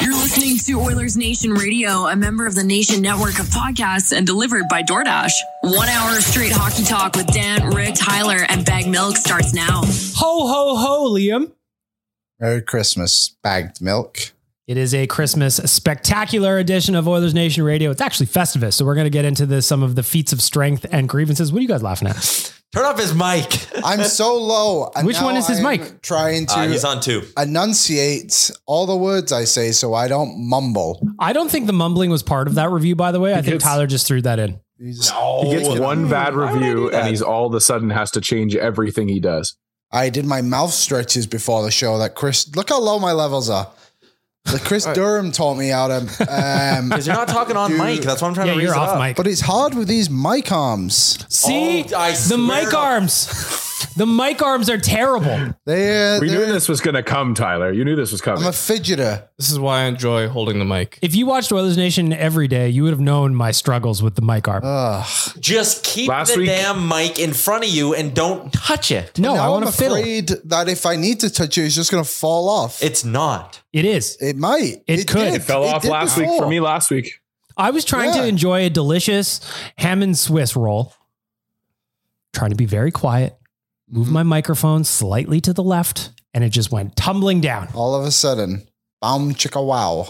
You're listening to Oilers Nation Radio, a member of the Nation Network of podcasts and delivered by DoorDash. One hour of straight hockey talk with Dan, Rick, Tyler, and Bag Milk starts now. Ho, ho, ho, Liam. Merry Christmas, bagged milk. It is a Christmas spectacular edition of Oilers Nation Radio. It's actually Festivus, so we're going to get into this, some of the feats of strength and grievances. What are you guys laughing at? Turn off his mic. I'm so low. and Which one now is his I'm mic? Trying to Uh, he's on two. enunciate all the words I say so I don't mumble. I don't think the mumbling was part of that review, by the way. I think Tyler just threw that in. He gets one bad Why would I do review that? and he's all of a sudden has to change everything he does. I did my mouth stretches before the show that Chris, look how low my levels are. That Chris Durham taught me how to, um, Because you're not talking on Dude. mic. That's what I'm trying Yeah, to raise you're it off up. mic. but it's hard with these mic arms. See, Oh, I the swear mic to- arms. The mic arms are terrible. They, uh, We knew they're- this was going to come, Tyler. You knew this was I'm a coming. fidgeter. This is why I enjoy holding the mic. If you watched Oilers Nation every day, you would have known my struggles with the mic arm. Just keep Last the week- damn mic in front of you and don't touch it. no, I Now want I'm to fiddle. It afraid that if I need to touch it, it's just going to fall off. It, It's not. is. might. It could. did. It Fell off did last week before. for me last week. I was trying to Yeah. enjoy a delicious ham and Swiss roll. Trying to be very quiet. Move my microphone slightly to the left, and it just went tumbling down. All of a sudden, bam, chicka wow.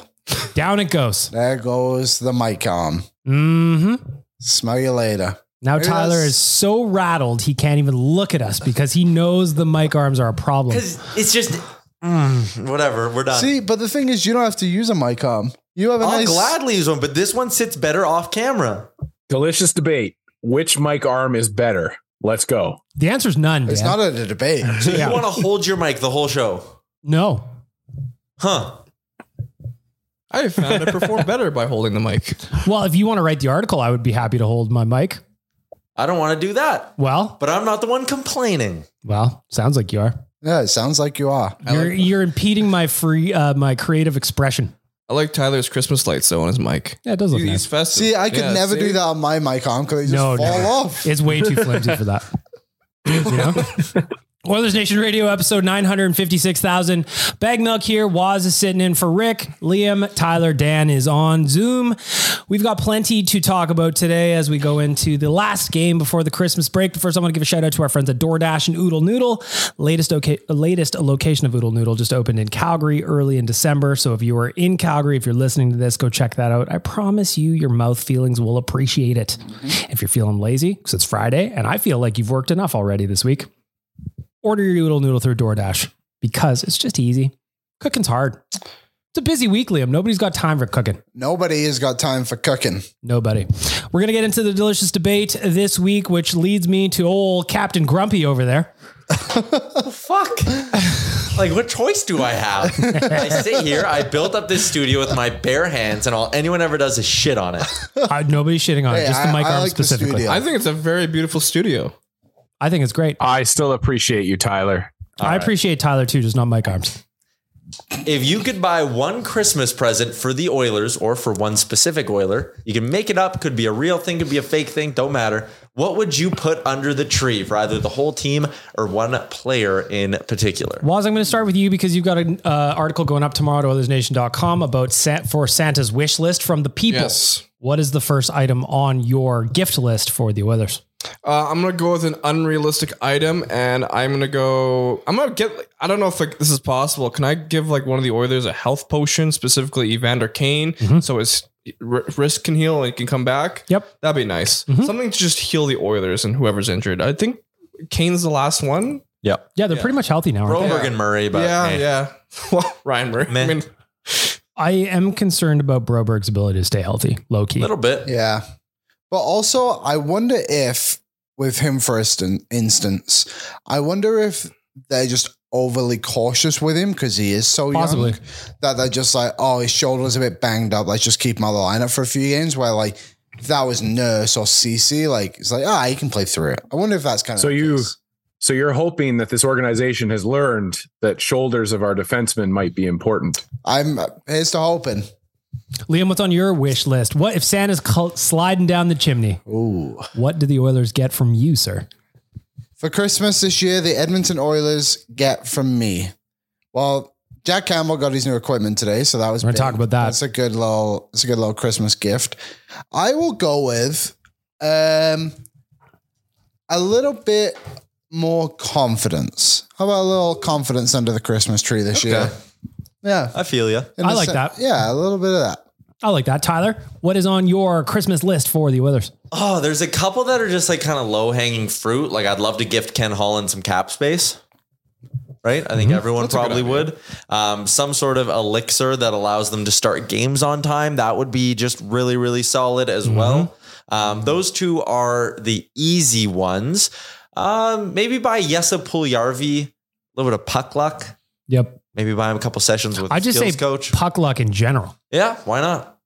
Down it goes. There goes the mic arm. hmm Smell you later. Now Maybe Tyler that's- is so rattled he can't even look at us because he knows the mic arms are a problem. Because it's just whatever. We're done. Mm. See, but the thing is, you don't have to use a mic arm. You have a I'll nice. gladly use one, but this one sits better off camera. Delicious debate. Which mic arm is better? Let's go. The answer is none. It's Dan. not a debate. So Yeah. you want to hold your mic the whole show, no. huh? I found I perform better by holding the mic. Well, if you want to write the article, I would be happy to hold my mic. I don't want to do that, Well, but I'm not the one complaining. well, sounds like you are. yeah, it sounds like you are. You're, you're impeding my free, uh, my creative expression. I like Tyler's Christmas lights though on his mic. Yeah, it does look nice. He's festive. See, I could Yeah, never see? do that on my mic arm because they just No, fall never. off. It's way too flimsy for that. You know? Oilers Nation Radio episode 956,000. Bag Milk here. Waz is sitting in for Rick. Liam, Tyler, Dan is on Zoom. We've got plenty to talk about today as we go into the last game before the Christmas break. But first, I want to give a shout out to our friends at DoorDash and Oodle Noodle. Latest, okay, latest location of Oodle Noodle just opened in Calgary early in December. So if you are in Calgary, if you're listening to this, go check that out. I promise you, your mouth feelings will appreciate it. If you're feeling lazy, because it's Friday and I feel like you've worked enough already this week, order your Oodle Noodle through DoorDash because it's just easy. Cooking's hard. It's a busy week, Liam. Nobody's got time for cooking. Nobody has got time for cooking. Nobody. We're going to get into the delicious debate this week, which leads me to old Captain Grumpy over there. fuck. Like, what choice do I have? I sit here, I built up this studio with my bare hands, and all anyone ever does is shit on it. Uh, nobody's shitting on it, Hey, just the I- mic I arm like the specifically. studio. I think it's a very beautiful studio. I think it's great. I still appreciate you, Tyler. I appreciate Tyler too, just not mic arms. If you could buy one Christmas present for the Oilers or for one specific Oiler, you can make it up. Could be a real thing, could be a fake thing, don't matter. What would you put under the tree for either the whole team or one player in particular? Waz, I'm going to start with you because you've got an uh, article going up tomorrow to othersnation.com about Sa- for Santa's wish list from the people. Yes. What is the first item on your gift list for the Oilers? Uh, I'm gonna go with an unrealistic item, and I'm gonna go. I'm gonna get. I don't know if like, this is possible. Can I give like one of the Oilers a health potion, specifically Evander Kane, so his ri- wrist can heal and he can come back? Mm-hmm. Yep. Mm-hmm. that'd be nice. Something to just heal the Oilers and whoever's injured. I think Kane's the last one. Yep. Yeah, they're pretty much healthy now. Aren't they? Broberg and Murray, but yeah, eh. yeah. Well, Ryan Murray. Meh. I mean, I am concerned about Broberg's ability to stay healthy, low key. a little bit. Yeah. But also, I wonder if, with him for instan- instance, I wonder if they're just overly cautious with him because he is so Possibly. young that they're just like, oh, his shoulder's a bit banged up. Let's just keep him out of the lineup for a few games. Where, like, if that was Nurse or CC, like, it's like, ah, he can play through it. I wonder if that's kind of. So the you- case. So you're hoping that this organization has learned that shoulders of our defensemen might be important. I'm. Here's to hoping. Liam, what's on your wish list? What if Santa's col- sliding down the chimney? Ooh. What do the Oilers get from you, sir? For Christmas this year, the Edmonton Oilers get from me. Well, Jack Campbell got his new equipment today, so that was. We're gonna big. talk about that. That's a good little. It's a good little Christmas gift. I will go with um, a little bit more confidence. How about a little confidence under the Christmas tree this year? Yeah, I feel you. In I a like sen- that. Yeah, a little bit of that. I like that. Tyler, what is on your Christmas list for the Oilers? Oh, there's a couple that are just like kind of low hanging fruit. Like I'd love to gift Ken Holland some cap space. Right? I think Mm-hmm. everyone probably would. Um, some sort of elixir that allows them to start games on time. That would be just really, really solid as Mm-hmm. well. Um, those two are the easy ones. Um, maybe buy Yesa Puliarvi a little bit of puck luck. Yep. Maybe buy him a couple sessions with I just say skills coach. puck luck in general. yeah, why not?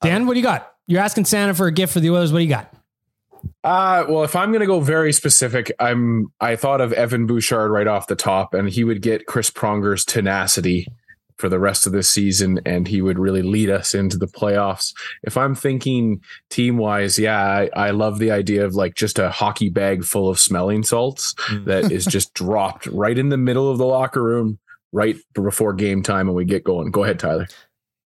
Dan, what do you got? You're asking Santa for a gift for the Oilers. What do you got? Uh, well, if I'm going to go very specific, I'm I thought of Evan Bouchard right off the top, and he would get Chris Pronger's tenacity for the rest of this season, and he would really lead us into the playoffs. If I'm thinking team wise, yeah, I, I love the idea of like just a hockey bag full of smelling salts that is just dropped right in the middle of the locker room right before game time, and we get going. Go ahead, Tyler.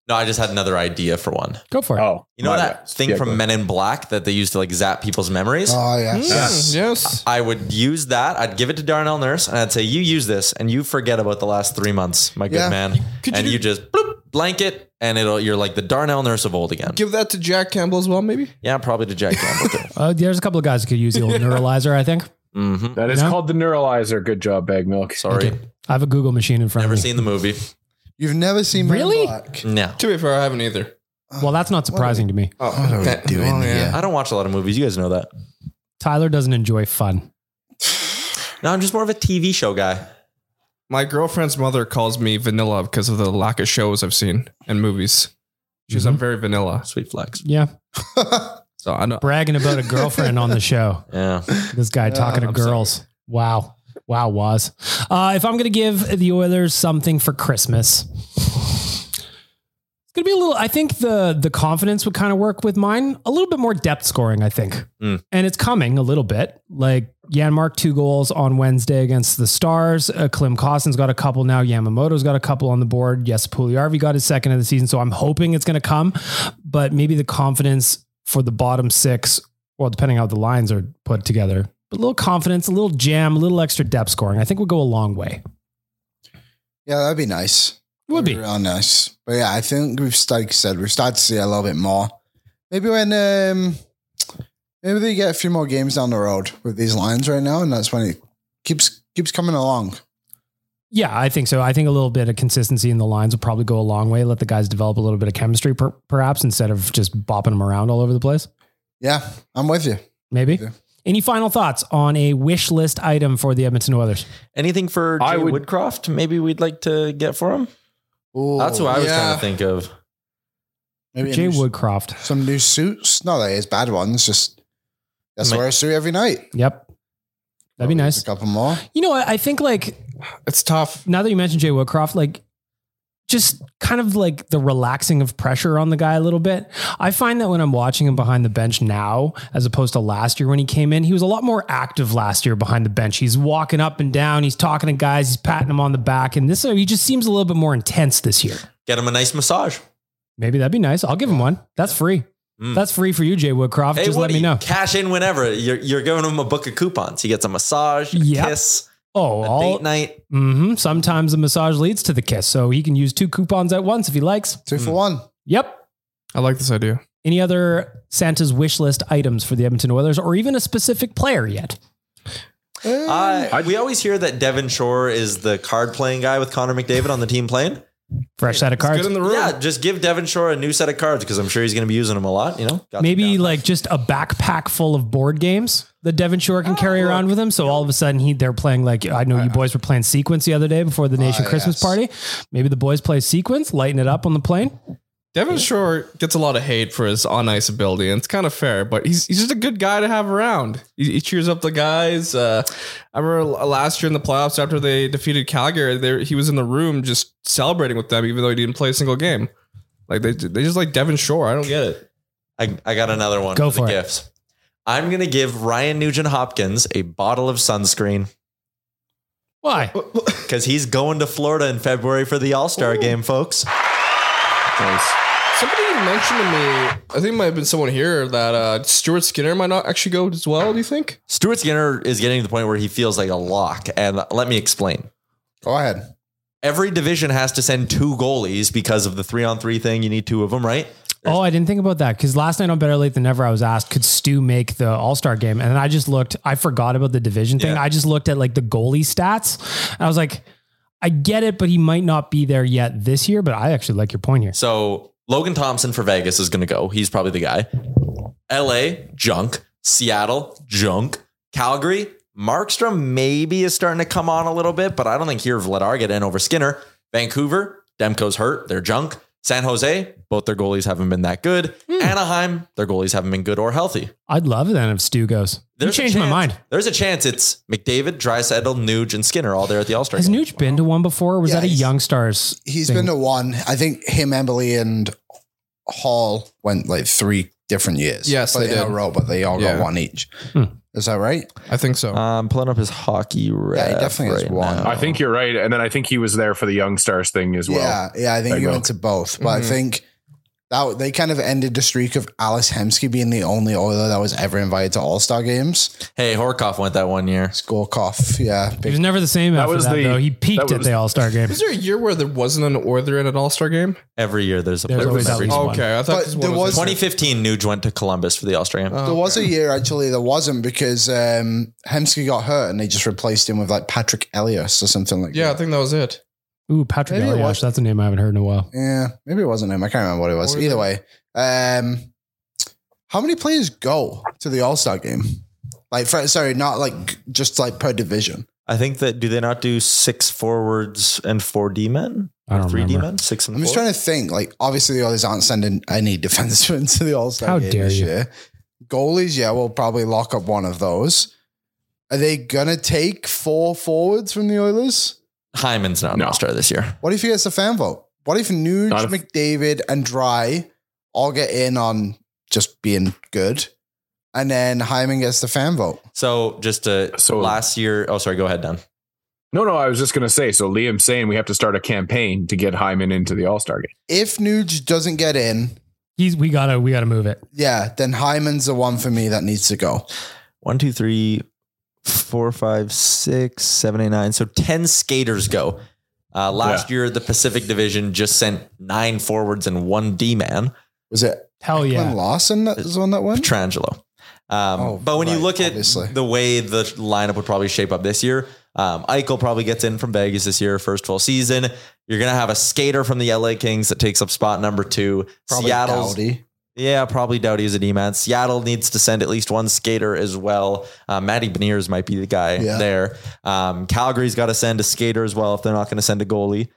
No, I just had another idea for one. Go for it. Oh, You know my that bad. thing Yeah, go Mm. from ahead. Men in Black that they used to like zap people's memories? Oh yes. yes. yes. I would use that. I'd give it to Darnell Nurse and I'd say, You use this and you forget about the last three months, my Yeah. good man. could you and do- you, just bloop, blanket and it'll you're like the Darnell Nurse of old again. Give that to Jack Campbell as well, maybe. yeah, probably to Jack Campbell too. Uh, there's a couple of guys who could use the old neuralizer, I think. That is No? called the neuralizer. Good job, Bag Milk. Mm-hmm. Sorry. I have a Google machine in front Never of me. seen the movie. You've never seen Men in Really? Black? No. To be fair, I haven't either. well, that's not surprising to me. Oh, what we doing here? I don't watch a lot of movies. You guys know that. Tyler doesn't enjoy fun. No, I'm just more of a TV show guy. My girlfriend's mother calls me vanilla because of the lack of shows I've seen and movies. She's I'm very vanilla, Mm-hmm. Sweet flex. Yeah. so I know. Bragging about a girlfriend on the show. Yeah. This guy talking to I'm girls. Wow. Wow, was. Uh, if I'm going to give the Oilers something for Christmas, it's going to be a little, I think the, the confidence would kind of work with mine. A little bit more depth scoring, I think. Mm. And it's coming a little bit. Like Yanmark, two goals on Wednesday against the Stars. Uh, Klim Costin's got a couple now. Yamamoto's got a couple on the board. Yes, Puliarvi got his second of the season. So I'm hoping it's going to come. But maybe the confidence for the bottom six well, depending how the lines are put together, but a little confidence, a little jam, a little extra depth scoring, I think would go a long way. Yeah, that'd be nice. Would be. real nice. But yeah, I think we've st- like I said we've started to see a little bit more. Maybe when um maybe they get a few more games down the road with these lines right now, and that's when it keeps keeps coming along. Yeah, I think so. I think a little bit of consistency in the lines will probably go a long way. Let the guys develop a little bit of chemistry, per, perhaps, instead of just bopping them around all over the place. Yeah, I'm with you. Maybe. Any final thoughts on a wish list item for the Edmonton Oilers? Anything for I Jay would- Woodcroft? Maybe we'd like to get for him. Ooh, That's what I was yeah. trying to think of. Maybe a Jay new s- Woodcroft. Some new suits. Not that it's bad ones. Just that's Ma- wear a suit every night. Yep. That'd be Just nice. A couple more. You know, what? I think like It's tough. now that you mentioned Jay Woodcroft, like just kind of like the relaxing of pressure on the guy a little bit. I find that when I'm watching him behind the bench now, as opposed to last year when he came in, he was a lot more active last year behind the bench. He's walking up and down, he's talking to guys, he's patting them on the back, and this he just seems a little bit more intense this year. Get him a nice massage. Maybe that'd be nice. I'll give him one. That's free. Mm. That's free for you, Jay Woodcroft. Hey, just let Woody, me know. cash in whenever. You're, you're giving him a book of coupons. He gets a massage, a Yep. kiss, Oh, a all, date night. hmm sometimes the massage leads to the kiss, so he can use two coupons at once if he likes. Two for one. Yep. Hmm. I like this idea. Any other Santa's wish list items for the Edmonton Oilers or even a specific player yet? Uh, we always hear that Devin Shore is the card playing guy with Connor McDavid on the team playing. Fresh set of It's cards. good in the room. Yeah, just give Devin Shore a new set of cards because I'm sure he's going to be using them a lot. You know, Got them Maybe down. like just a backpack full of board games that Devon Shore Ah, can carry around with him. So all of a sudden he they're playing like I Ah, know you boys were playing sequence the other day before Ah, the nation Christmas party. Maybe the boys play sequence, lighten it up on the plane. Devin Shore gets a lot of hate for his on ice ability, and it's kind of fair, but he's, he's just a good guy to have around. He, he cheers up the guys. Uh, I remember l- last year in the playoffs after they defeated Calgary, there he was in the room just celebrating with them, even though he didn't play a single game. Like they they just like Devin Shore. I don't get it. I, I got another one. Go the for it. Gifts. I'm going to give Ryan Nugent Hopkins a bottle of sunscreen Why? because he's going to Florida in February for the All Star game, folks. Somebody mentioned to me, I think it might have been someone here that uh, Stuart Skinner might not actually go as well. Do you think? Stuart Skinner is getting to the point where he feels like a lock. And let me explain. Go ahead. Every division has to send two goalies because of the three on three thing. You need two of them, right? Oh, I didn't think about that because last night on Better Late Than Never, I was asked, could Stu make the All Star game? And then I just looked, I forgot about the division thing. Yeah. I just looked at like the goalie stats. And I was like, I get it, but he might not be there yet this year. But I actually like your point here. So Logan Thompson for Vegas is going to go. He's probably the guy. LA, junk. Seattle, junk. Calgary, Markstrom maybe is starting to come on a little bit, but I don't think here Vladar get in over Skinner. Vancouver, Demko's hurt. They're junk. San Jose, both their goalies haven't been that good. Anaheim, their goalies haven't been good or healthy. I'd love it then if Stu goes. You There's a changed my chance- mind. There's a chance it's McDavid, Drysaddle, Nuge, and Skinner all there at the All Star Has game. Nuge been to one before? Or was Yeah, that a he's- Young Stars? He's thing? been to one. I think him, Emily, and Hall went like three different years. Yes, But they in a did. row, but they all Yeah. got one each. Hmm. Is that right? I think so. I'm pulling up his hockey ref. Yeah, he definitely has right one. now. I think you're right, and then I think he was there for the Young Stars thing as well. yeah, yeah. I think They he went both. to both, Mm-hmm. but I think that they kind of ended the streak of Alice Hemsky being the only Oiler that was ever invited to All Star games. Hey, Horkoff went that one year. Score cough. Yeah, He was big, never the same after was that, the- though. He that peaked at was- the All Star game. Is there a year where there wasn't an Oiler in an All Star game? Every year there's a There's player always from at every least team. one. Okay, I thought But this there one was- 2015, Nuge went to Columbus for the All Star game. there was a year actually there wasn't because um, Hemsky got hurt and they just replaced him with like Patrick Elias or something like Yeah, I that. think that was it. Ooh, Patrick Maybe it Elias. was- That's a name I haven't heard in a while. Yeah, maybe it wasn't him. I can't remember what it was. Either way, um, how many players go to the All Star game? Like, for, sorry, not like just like per division. I think that do they not do six forwards and four D men? I don't Or three D remember. men? Six and I'm just four? trying to think. Like, obviously, the Oilers aren't sending any defensemen to the All Star. How game dare this you. Year. Goalies, yeah, we'll probably lock up one of those. Are they gonna take four forwards from the Oilers? Hyman's not an No. All Star this year. What if he gets a fan vote? What if Nuge, Not if- McDavid, and Dry all get in on just being good, and then Hyman gets the fan vote? So just to So- last year. Oh, sorry. Go ahead, Dan. No, no, I was just gonna say. So Liam's saying we have to start a campaign to get Hyman into the All Star game. If Nuge doesn't get in, He's we gotta we gotta move it. yeah, then Hyman's the one for me that needs to go. One, two, three, four, five, six, seven, eight, nine. So ten skaters go. Uh, last year, the Pacific Division just sent nine forwards and one D man, Was it Hell Glenn yeah. Lawson that was the one that went? Petrangelo. Um, Oh, but when you right, look at obviously. the way the lineup would probably shape up this year, Um, Eichel probably gets in from Vegas this year, first full season. You're going to have a skater from the LA Kings that takes up spot number two. Probably Seattle's Dowdy. yeah, probably Doughty is a D man. Seattle needs to send at least one skater as well. Uh, Matty Beniers might be the guy Yeah. there. Um, Calgary's got to send a skater as well if they're not going to send a goalie.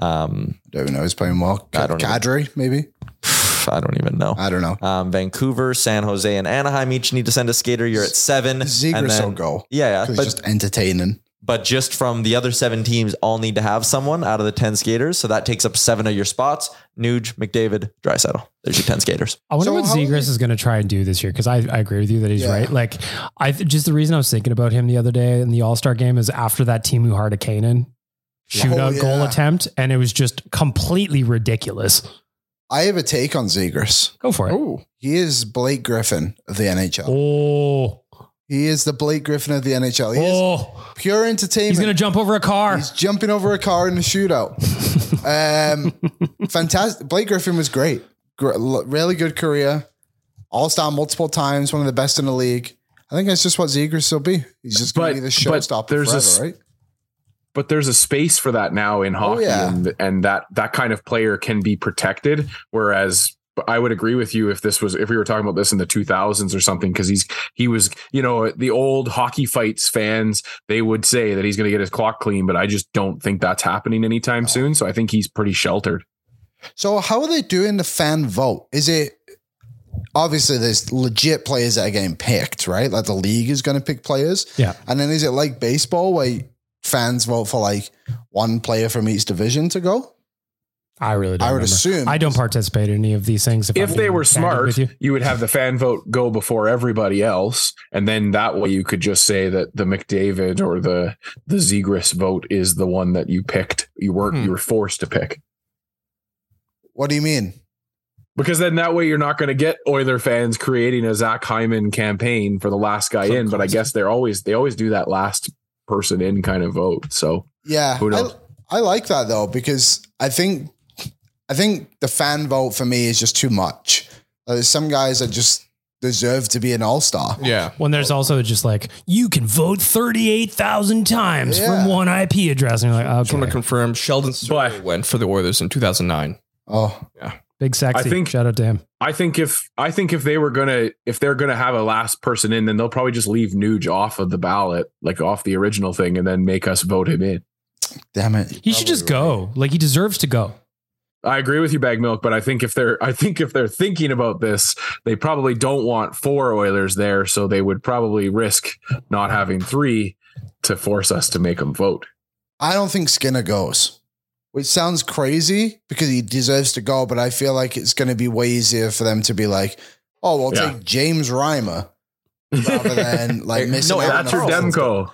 Um, Don't even know. He's playing well. I don't know. Kadri, maybe. I don't even know. I don't know. Um, Vancouver, San Jose, and Anaheim each need to send a skater. You're at seven. and Zegers then- will go. 'cause Yeah, yeah. He's But, just entertaining. but just from the other seven teams, all need to have someone out of the 10 skaters. So that takes up seven of your spots. Nuge, McDavid, Drysaddle. There's your 10 skaters. I wonder So what how- Zegers is going to try and do this year because I, I agree with you that he's Yeah. right. Like, I th- just the reason I was thinking about him the other day in the All Star game is after that Timu Hardikainen shootout Oh, goal yeah. attempt, and it was just completely ridiculous. I have a take on Zegers. Go for it. Oh, he is Blake Griffin of the NHL. Oh, He is the Blake Griffin of the NHL. He is oh, pure entertainment. he's going to jump over a car. He's jumping over a car in a shootout. um, fantastic. Blake Griffin was great. Gr- l- really good career. All star multiple times. One of the best in the league. I think that's just what Zegers will be. He's just going But- to be the but showstopper there's a forever, s- right? Oh, but there's a space for that now in hockey yeah. and, and that that kind of player can be protected whereas I would agree with you if this was if we were talking about this in the 2000s or something because he's he was you know the old hockey fights fans they would say that he's going to get his clock clean but I just don't think that's happening Oh. anytime soon so I think he's pretty sheltered So how are they doing the fan vote? Is it obviously there's legit players that are getting picked, right? Like the league is going to pick players. Yeah. And then is it like baseball where fans vote for like one player from each division to go? I really don't. I would remember. assume- I don't participate in any of these things. if I'm they being were candid smart with you. you. would have the fan vote go before everybody else and then that way you could just say that the McDavid or the the Zegris vote is the one that you picked you weren't you were forced to pick What do you mean? Because then that way you're not going to get Oiler fans creating a Zach Hyman campaign for the last guy in. But I guess they're always they always do that last person in kind of vote. So Yeah. Who knows? I, I like that though because I think I think the fan vote for me is just too much. Uh, There's some guys that just deserve to be an all-star. Yeah. When there's also just like you can vote thirty eight thousand times Yeah. from one IP address, and you're like, Just want to okay, confirm Sheldon Survey But- went for the Oilers in 2009. Oh, big sexy. I think- shout out to him. I think if I think if they were gonna if they're gonna have a last person in, then they'll probably just leave Nuge off of the ballot, like off the original thing, and then make us vote him in. damn it. He should just go. Like he deserves to go. I agree with you, Bag Milk, but I think if they're I think if they're thinking about this, they probably don't want four Oilers there, so they would probably risk not having three to force us to make them vote. I don't think Skinner goes. Which sounds crazy because he deserves to go, but I feel like it's going to be way easier for them to be like, "Oh, we'll Yeah. take James Reimer," rather than like missing. no, out That's on your all- Demko.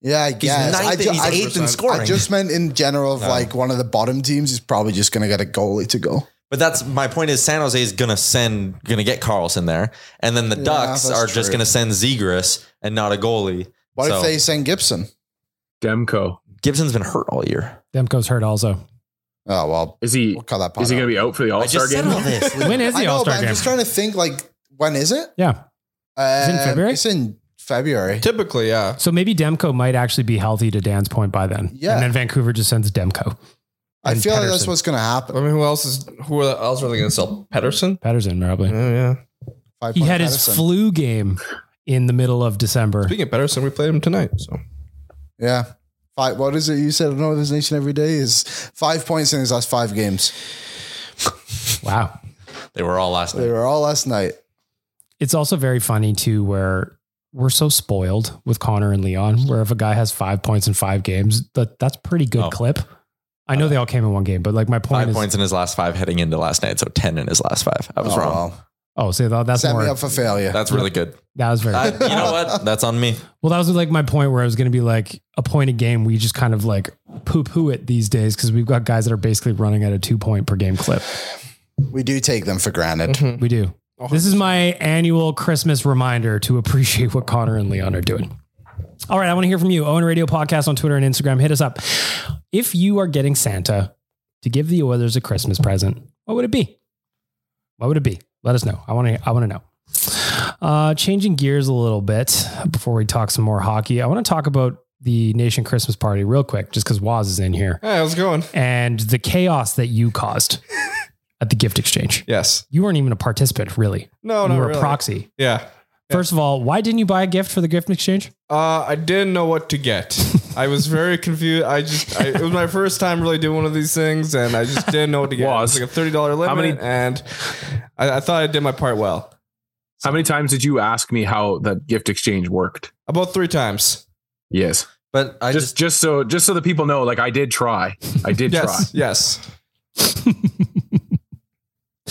Yeah, I guess. ninth- I ju- he's I- eighth in I scoring. just meant in general of like one of the bottom teams is probably just going to get a goalie to go. But that's my point is San Jose is gonna send gonna get Carlson there, and then the Yeah, Ducks that's are just true. gonna send Zegras and not a goalie. What So, if they send Gibson? Demko. Gibson's been hurt all year. Demko's hurt also. Oh well, Is he we'll call that. Part is he going to be out for the All I Star just said game? all this. When is I the know, All but Star I'm game? just trying to think. Like, when is it? yeah. It's in February? It's in February. Typically, yeah. So maybe Demko might actually be healthy to Dan's point by then. Yeah. And then Vancouver just sends Demko. I And feel like that's Pedersen. what's going to I happen. mean, who else is who else are they going to sell? Pedersen. Patterson, probably. Oh yeah. Five He point had his Pedersen. flu game in the middle of December. Speaking of Pedersen, we played him tonight. So Yeah. Five, what is it you said on Northern Nation every day? Is five points in his last five games. Wow. They were all last They night. were all last night. It's also very funny too, where we're so spoiled with Connor and Leon, where if a guy has five points in five games, that that's pretty good Oh. clip. I know they all came in one game, but like my point Five is, points in his last five heading into last night, so ten in his last five. I was Oh, wrong. well. oh, so that, that's Set more. me up for failure. That's really good. that was very. I, you know what? That's on me. Well, that was like my point where I was going to be like a point a game. We just kind of like poo poo it these days because we've got guys that are basically running at a two point per game clip. We do take them for granted. We do. This is my annual Christmas reminder to appreciate what Connor and Leon are doing. All right, I want to hear from you. Owen Radio Podcast on Twitter and Instagram. Hit us up. If you are getting Santa to give the Oilers a Christmas present, what would it be? What would it be? Let us know. I want to. I want to know. Uh, changing gears a little bit before we talk some more hockey, I want to talk about the Nation Christmas party real quick, just because Waz is in here, Hey, how's it going? and the chaos that you caused at the gift exchange. Yes. You weren't even a participant, really. No, you not were really. a proxy. Yeah. First of all, why didn't you buy a gift for the gift exchange? Uh, I didn't know what to get. I was very confused. I just I, it was my first time really doing one of these things, and I just didn't know what to get. Was. It was like a thirty dollar limit, many- and I, I thought I did my part well. How many times did you ask me how that gift exchange worked? About three times. Yes. But I just, just, just so just so the people know, like I did try. I did Yes. Yes. try.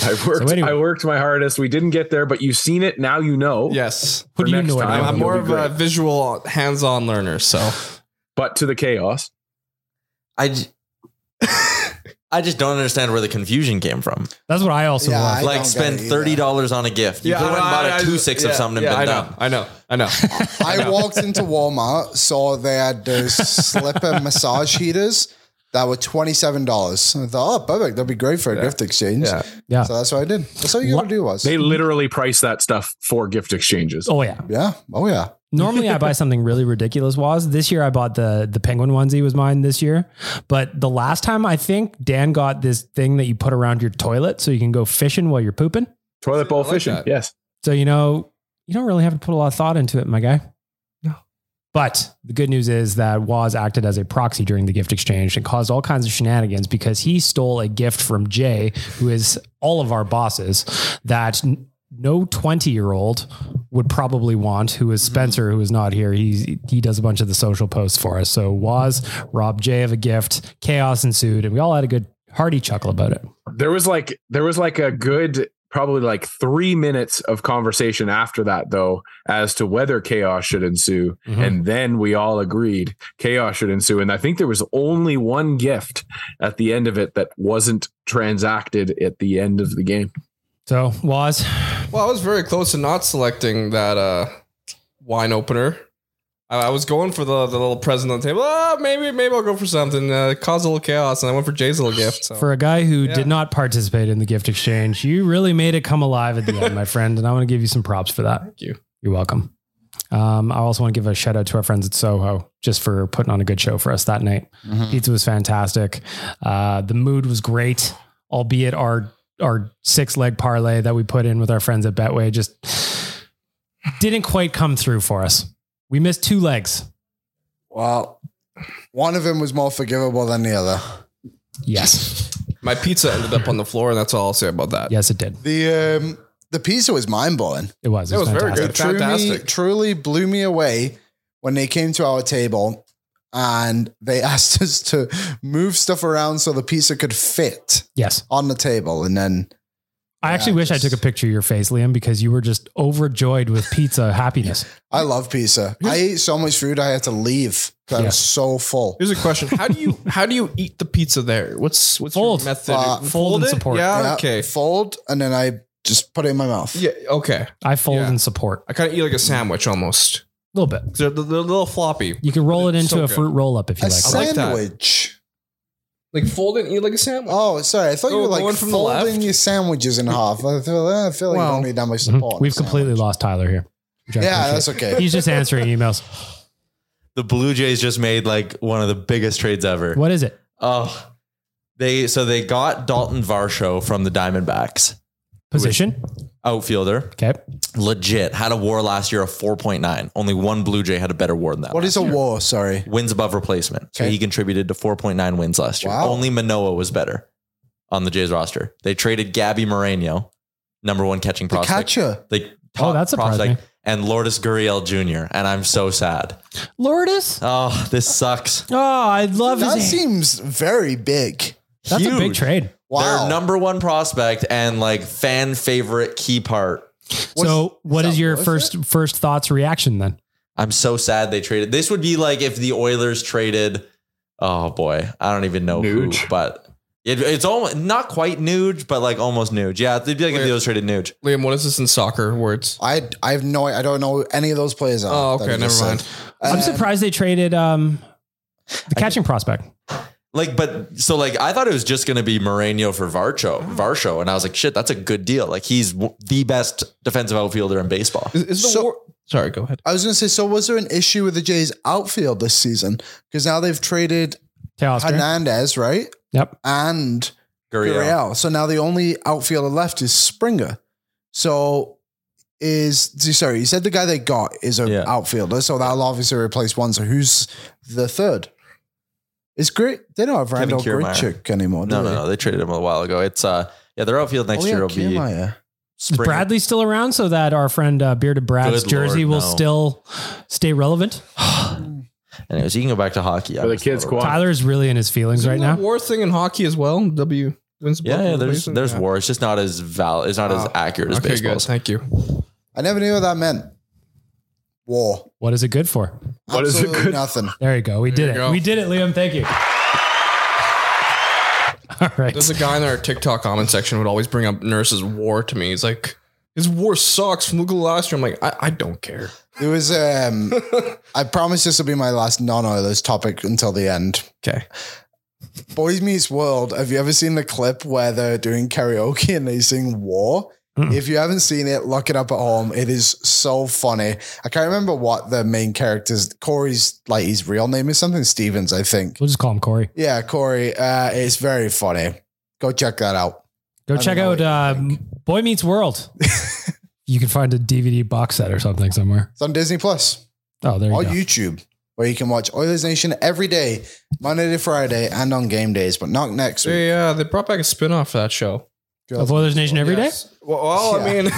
I worked So anyway. I worked my hardest. We didn't get there, but you've seen it. Now you know. Yes. For What do you next know time, I'm, about I'm it? it'll more be of great. a visual, hands-on learner, so but to the chaos. I, j- I just don't understand where the confusion came from. That's what I also Yeah, want. I like don't spend get it thirty dollars on a gift. You could have went and bought a two six of something and yeah, been I know, done. I know. I know. I walked into Walmart, saw they had those slipper massage heaters that were twenty seven dollars. I thought, oh, perfect, that'd be great for a gift exchange. Yeah. Yeah. So that's what I did. That's all you gotta What- do was. They literally price that stuff for gift exchanges. oh yeah. yeah. Oh yeah. Normally I buy something really ridiculous. Was this year I bought the the penguin onesie was mine this year, but the last time I think Dan got this thing that you put around your toilet so you can go fishing while you're pooping. Toilet bowl I like fishing. that. Yes. So you know you don't really have to put a lot of thought into it, my guy. No. But the good news is that Waz acted as a proxy during the gift exchange and caused all kinds of shenanigans because he stole a gift from Jay, who is all of our bosses, that n- no 20 year old would probably want, who is Spencer, who is not here. He's, he does a bunch of the social posts for us. So Waz robbed Jay of a gift, chaos ensued, and we all had a good hearty chuckle about it. There was like there was like a good probably like three minutes of conversation after that though as to whether chaos should ensue and then we all agreed chaos should ensue and i think there was only one gift at the end of it that wasn't transacted at the end of the game So Waz, Well, I was very close to not selecting that uh, wine opener. I, I was going for the, the little present on the table. Ah, maybe maybe I'll go for something. Uh, cause a little chaos, and I went for Jay's little gift. So. for a guy who did not participate in the gift exchange, you really made it come alive at the end, my friend. And I want to give you some props for that. Thank you. You're welcome. Um, I also want to give a shout out to our friends at Soho just for putting on a good show for us that night. Pizza was fantastic. Uh, the mood was great, albeit our our six leg parlay that we put in with our friends at Betway just didn't quite come through for us. We missed two legs. Well, one of them was more forgivable than the other. Yes, My pizza ended up on the floor, and that's all I'll say about that. yes, it did. The um, the pizza was mind blowing. It was. It, was, was very fantastic. good. It truly, Fantastic. truly blew me away when they came to our table and they asked us to move stuff around so the pizza could fit Yes. on the table. And then I actually Yeah, wish I just- took a picture of your face, Liam, because you were just overjoyed with pizza happiness. I love pizza. I ate so much food I had to leave. 'cause I Yeah. was so full. Here's a question: How do you how do you eat the pizza there? What's what's Fold. your method? Uh, You fold and it? support. Yeah, Yeah, Okay. Fold and then I just put it in my mouth. Yeah. Okay. I fold Yeah. and support I kind of eat like a sandwich almost. a little bit. They're, they're a little floppy. You can roll it It's into so a good. fruit roll up if you A like. like that. sandwich. Like fold it and eat like a sandwich. oh, sorry. I thought Go- you were going like from the left? folding your sandwiches in half. I feel, I feel like Well, you don't need that much Mhm. support. We've completely lost Tyler here. which I Yeah, appreciate. that's okay. He's just answering emails. The Blue Jays just made like one of the biggest trades ever. What is it? Oh, they so they got Dalton Varsho from the Diamondbacks, Position? outfielder, Okay. legit had a WAR last year of four point nine. Only one Blue Jay had a better WAR than that. What is a war? Sorry. wins above replacement. So Okay. he contributed to 4.9 wins last year. Wow. Only Manoa was better on the Jays roster. They traded Gabby Moreno, number one catching The prospect. catcher. They Oh, that surprised me. and Lourdes Gurriel Jr. And I'm so sad. Lourdes? Oh, this sucks. Oh, I love That his name. seems very big. That's a big huge. trade. Wow. Their number one prospect and like fan favorite key part. so what is that your worth first first thoughts reaction then? I'm so sad they traded. This would be like if the Oilers traded. Oh boy, I don't even know Nuge. who, but it, it's almost not quite Nuge, but like almost Nuge. Yeah, it'd be like if Wait. the Oilers traded Nuge. Liam, what is this in soccer words? I I have no I don't know any of those players. out Oh, that okay, you never just mind. said. I'm Um, surprised they traded um the catching prospect. Like, but so like I thought it was just gonna be Moreno for Varcho, Varsho, and I was like, shit, that's a good deal. Like he's w- the best defensive outfielder in baseball. Is, is the So- war? Sorry, go ahead. I was going to say, so was there an issue with the Jays outfield this season? Because now they've traded Teoscar. Hernandez, right? Yep. And Gurriel. Gurriel. So now the only outfielder left is Springer. So is sorry, you said the guy they got is an Yeah. outfielder, so that'll obviously replace one. So who's the third? It's great. They don't have Kevin Randall Kiermaier. Gritchick anymore. Do No, they? no, no. They traded him a while ago. It's uh, yeah, their outfield next oh, year yeah, will be Kiermaier. Is Springer. Bradley still around so that our friend uh, Bearded Brad's Good jersey Lord, will no. still stay relevant? Anyways, you can go back to hockey. For the kids' quad. squad. Tyler is really in his feelings right Isn't there now. a war thing in hockey as well. W wins. Yeah, yeah, there's there's Yeah. war. It's just not as valid. It's not as Oh. accurate as Okay, baseball. good. Thank you. I never knew what that meant. War. What is it good for? What is it Absolutely good- Nothing. There you go. We did you it. go. We did it, Liam. Thank you. All right. There's a guy in our TikTok comment section would always bring up nurses war to me. He's like, his war sucks. Look at last year. I'm like, I, I don't care. It was. Um, I promise this will be my last non-Oilers topic until the end. Okay. Boys Meets World. Have you ever seen the clip where they're doing karaoke and they sing War? Hmm. If you haven't seen it, look it up at home. It is so funny. I can't remember what the main character's Corey's like. His real name is something Stevens, I think. We'll just call him Corey. Yeah, Corey. Uh, it's very funny. Go check that out. Go I check don't out know uh, what you Boy Meets World. you can find a DVD box set or something somewhere. It's on Disney Plus Oh, there you or go. YouTube, where you can watch Oilers Nation every day, Monday to Friday, and on game days, but not next week. They uh, they brought back a spin off of that show. of Oilers Nation every day. Yes. Well, well, I mean,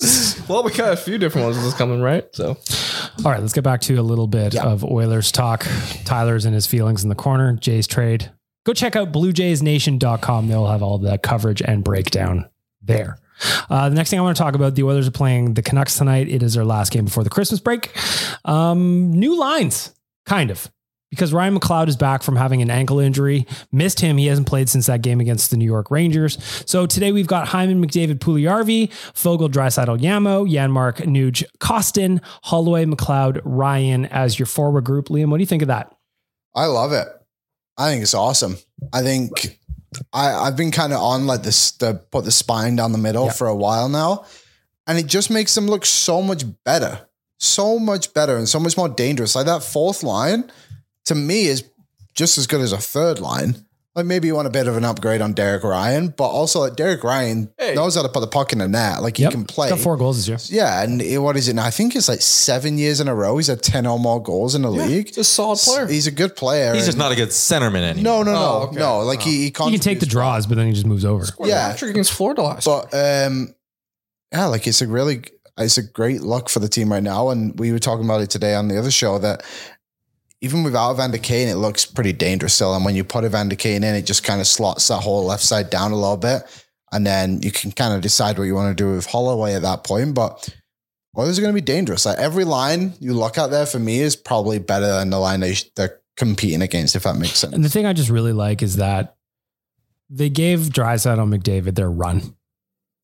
well, we got a few different ones that's coming, right? So All right, let's get back to a little bit of Oilers talk. Tyler's in his feelings in the corner. Jay's trade. Go check out BlueJaysNation.com. They'll have all the coverage and breakdown there. Uh, the next thing I want to talk about: the Oilers are playing the Canucks tonight. It is their last game before the Christmas break. Um, new lines, kind of, because Ryan McLeod is back from having an ankle injury. Missed him. He hasn't played since that game against the New York Rangers. So today we've got Hyman, McDavid, Puliarvi, Fogel, Drysaddle, Yamo, Yanmark, Nuge, Costin, Holloway, McLeod, Ryan as your forward group. Liam, what do you think of that? I love it. I think it's awesome. I think I, I've been kind of on like this the put the spine down the middle for a while now, and it just makes them look so much better, so much better, and so much more dangerous. Like that fourth line, to me, is just as good as a third line. Like maybe you want a bit of an upgrade on Derek Ryan, but also like Derek Ryan knows how to put the puck in the net. Like he can play. Got four goals this year. Yeah, and it- what is it now? I think it's like seven years in a row. He's had ten or more goals in the league. he's a solid player. He's a good player. He's and- just not a good centerman anymore. no, no, no, Oh, okay. no. Like he, he He can take the contributes, draws, but then he just moves over. Yeah. Patrick against Florida last. year. But um, yeah, like it's a really, it's a great luck for the team right now. And we were talking about it today on the other show that even without Van de Kane, it looks pretty dangerous still. And when you put a Van de Kane in, it just kind of slots that whole left side down a little bit, and then you can kind of decide what you want to do with Holloway at that point. But Oilers are going to be dangerous. Like every line you look at there for me is probably better than the line they, they're competing against, if that makes sense. And the thing I just really like is that they gave Dryside on McDavid their run.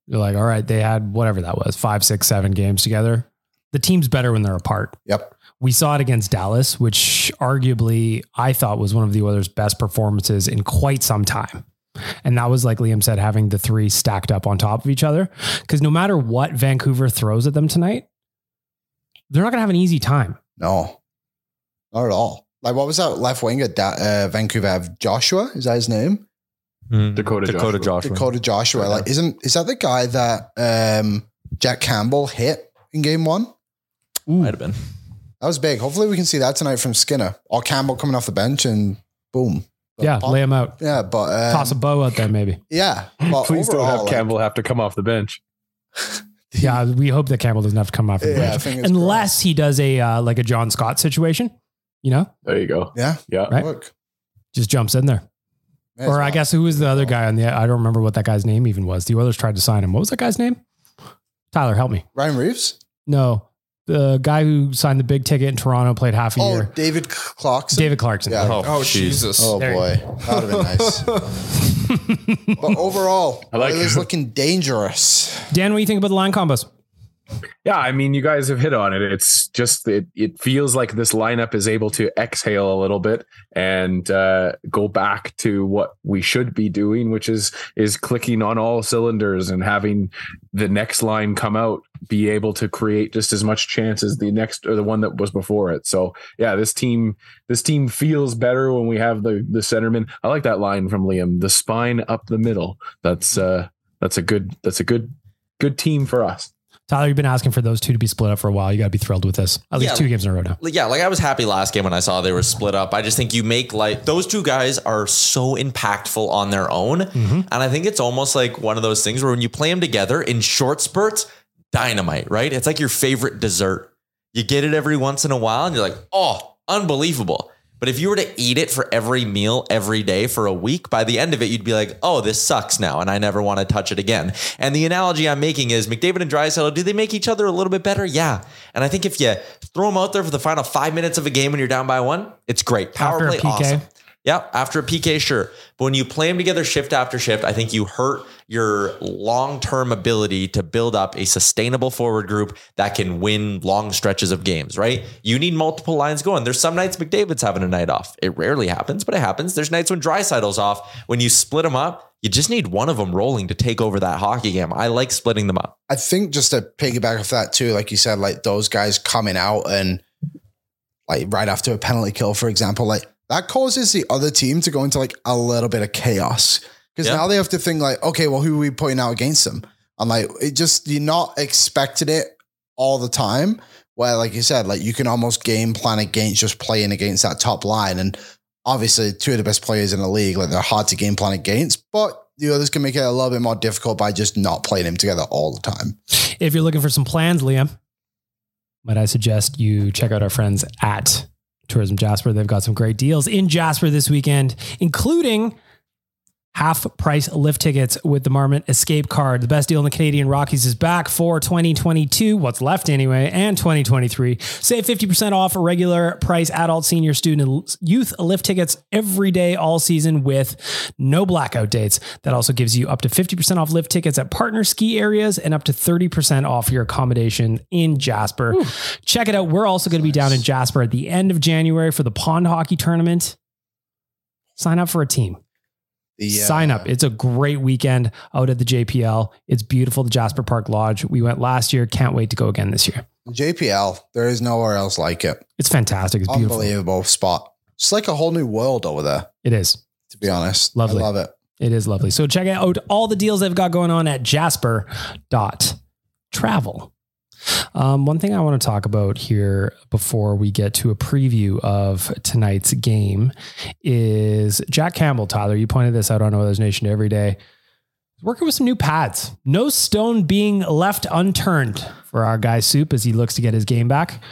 They're like, all right, they had whatever that was, five, six, seven games together. The team's better when they're apart. Yep. We saw it against Dallas, which arguably I thought was one of the Oilers' best performances in quite some time. And that was, like Liam said, having the three stacked up on top of each other. Because no matter what Vancouver throws at them tonight, they're not going to have an easy time. No, not at all. Like, what was that left winger at Da- uh, Vancouver have? Joshua? Is that his name? Mm. Dakota Dakota Joshua. Dakota Joshua. Like, isn't is that the guy that um, Jack Campbell hit in game one? Might have been. That was big. Hopefully, we can see that tonight from Skinner or Campbell coming off the bench and boom. But yeah, pop- lay them out. yeah, but um, Toss a bow out there, maybe. yeah. But Please don't overall, have like, Campbell have to come off the bench. Yeah, we hope that Campbell doesn't have to come off the Yeah, bench fingers unless he does a uh, like a John Scott situation. You know, There you go. Yeah, Yeah. Right. look. just jumps in there. May as or I well. guess who was the other guy on the? I don't remember what that guy's name even was. The Oilers tried to sign him. What was that guy's name? Tyler, help me. Ryan Reeves. No, the guy who signed the big ticket in Toronto played half a Oh, year. David Clarkson. David Clarkson. Yeah. Oh, oh jeez. Jesus! Oh There you boy, that would have been nice. but overall, I like- Oilers looking dangerous. Dan, what do you think about the line combos? Yeah, I mean, you guys have hit on it. It's just it. It feels like this lineup is able to exhale a little bit and uh, go back to what we should be doing, which is is clicking on all cylinders and having the next line come out be able to create just as much chance as the next or the one that was before it. So yeah, this team this team feels better when we have the the centerman. I like that line from Liam: "The spine up the middle." That's uh that's a good that's a good good team for us. Tyler, you've been asking for those two to be split up for a while. You got to be thrilled with this. At least Yeah. two games in a row now. Like, yeah, like I was happy last game when I saw they were split up. I just think you make like those two guys are so impactful on their own. Mm-hmm. And I think it's almost like one of those things where when you play them together in short spurts, dynamite, right? It's like your favorite dessert. You get it every once in a while and you're like, oh, unbelievable. But if you were to eat it for every meal every day for a week, by the end of it, you'd be like, oh, this sucks now, and I never want to touch it again. And the analogy I'm making is McDavid and Drysdale, do they make each other a little bit better? Yeah. And I think if you throw them out there for the final five minutes of a game when you're down by one, it's great. Power After a play, PK. awesome. Yeah, after a PK, sure. But when you play them together shift after shift, I think you hurt your long term ability to build up a sustainable forward group that can win long stretches of games, right? You need multiple lines going. There's some nights McDavid's having a night off. It rarely happens, but it happens. There's nights when Drysidle's off. When you split them up, you just need one of them rolling to take over that hockey game. I like splitting them up. I think just to piggyback off that too, like you said, like those guys coming out and like right after a penalty kill, for example, like that causes the other team to go into like a little bit of chaos because Yeah. now they have to think like, okay, well, who are we putting out against them? And like it just you're not expecting it all the time. Where like you said, like you can almost game plan against just playing against that top line, and obviously two of the best players in the league, like they're hard to game plan against, but. The others can make it a little bit more difficult by just not playing them together all the time. If you're looking for some plans, Liam, might I suggest you check out our friends at Tourism Jasper? They've got some great deals in Jasper this weekend, including half price lift tickets with the Marmot Escape Card. The best deal in the Canadian Rockies is back for 2022, what's left anyway, and 2023. Save 50% off regular price adult, senior, student, and youth lift tickets every day all season with no blackout dates. That also gives you up to 50% off lift tickets at partner ski areas and up to 30% off your accommodation in Jasper. Check it out. We're also going to be down in Jasper at the end of January for the pond hockey tournament. Sign up for a team. The, uh, Sign up. It's a great weekend out at the JPL. It's beautiful, the Jasper Park Lodge. We went last year. Can't wait to go again this year. JPL. There is nowhere else like it. It's fantastic. It's beautiful. It Unbelievable spot. It's like a whole new world over there. is. To be honest, Lovely. I love it. It is lovely. So check out all the deals they've got going on at jasper.travel. Um, one thing I want to talk about here before we get to a preview of tonight's game is Jack Campbell, Tyler. You pointed this out on Oilers Nation every day. Working with some new pads. No stone being left unturned for our guy Soup as he looks to get his game back.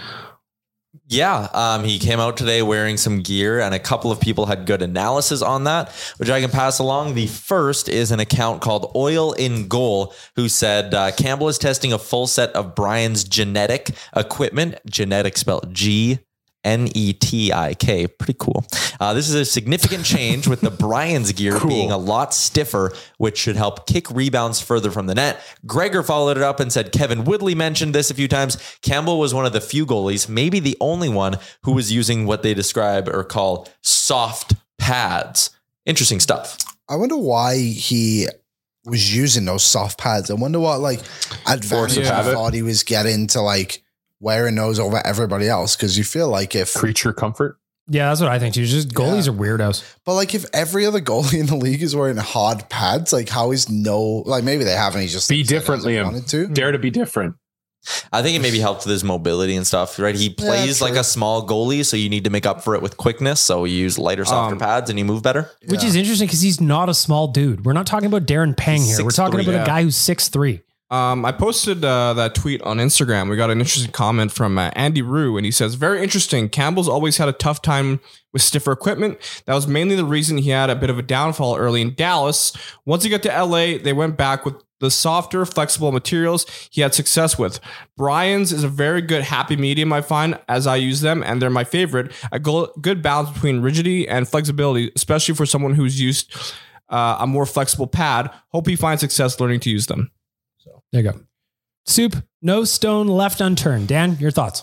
Yeah, um, he came out today wearing some gear, and a couple of people had good analysis on that, which I can pass along. The first is an account called Oil in Goal, who said uh, Campbell is testing a full set of Brian's genetic equipment, genetic spelled G N E T I K. Pretty cool. Uh, this is a significant change with the Brian's gear being a lot stiffer, which should help kick rebounds further from the net. Gregor followed it up and said Kevin Woodley mentioned this a few times. Campbell was one of the few goalies, maybe the only one, who was using what they describe or call soft pads. Interesting stuff. I wonder why he was using those soft pads. I wonder what like advantage he habit. thought he was getting to like wearing those over everybody else. Because you feel like if, Creature comfort. Yeah, that's what I think too. Just goalies Yeah. are weirdos. but like if every other goalie in the league is wearing hard pads, like how is no like maybe they haven't. He just Be thinks that he different, hasn't Liam. Wanted to. Dare to be different. I think it maybe helped with his mobility and stuff, right? He Yeah, plays like true. a small goalie, so you need to make up for it with quickness. So you use lighter, softer Um, pads and you move better. Which is interesting because he's not a small dude. We're not talking about Darren Pang He's here. We're talking 6'3", about a yeah. guy who's 6'3. Um, I posted uh, that tweet on Instagram. We got an interesting comment from uh, Andy Rue, and he says, "Very interesting. Campbell's always had a tough time with stiffer equipment. That was mainly the reason he had a bit of a downfall early in Dallas. Once he got to LA, they went back with the softer, flexible materials he had success with. Brian's is a very good happy medium, I find, as I use them, and they're my favorite. A go- good balance between rigidity and flexibility, especially for someone who's used." Uh, a more flexible pad. Hope he finds success learning to use them. There you go. Soup, no stone left unturned. Dan, your thoughts?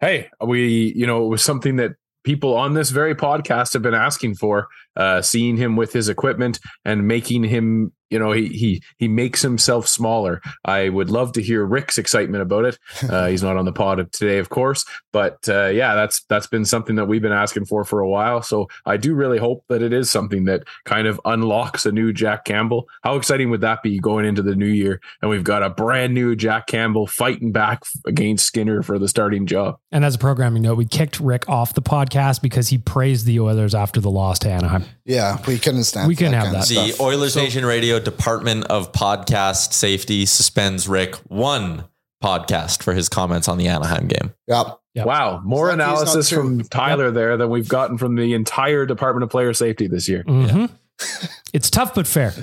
hey, we, you know, it was something that people on this very podcast have been asking for, uh, seeing him with his equipment and making him, you know, he, he, he makes himself smaller. I would love to hear Rick's excitement about it. Uh, he's not on the pod of today, of course, but, uh, yeah, that's, that's been something that we've been asking for for a while. So I do really hope that it is something that kind of unlocks a new Jack Campbell. How exciting would that be going into the new year? And we've got a brand new Jack Campbell fighting back against Skinner for the starting job. And as a programming note, we kicked Rick off the podcast because he praised the Oilers after the loss to Anaheim. Yeah, we couldn't stand. We for couldn't have kind of that. stuff. The Oilers Nation Radio Department of Podcast Safety suspends Rick one podcast for his comments on the Anaheim game. Yep. Yep. Wow, more It's not- it's not analysis true. from Tyler there than we've gotten from the entire Department of Player Safety this year. Mhm. it's tough but fair.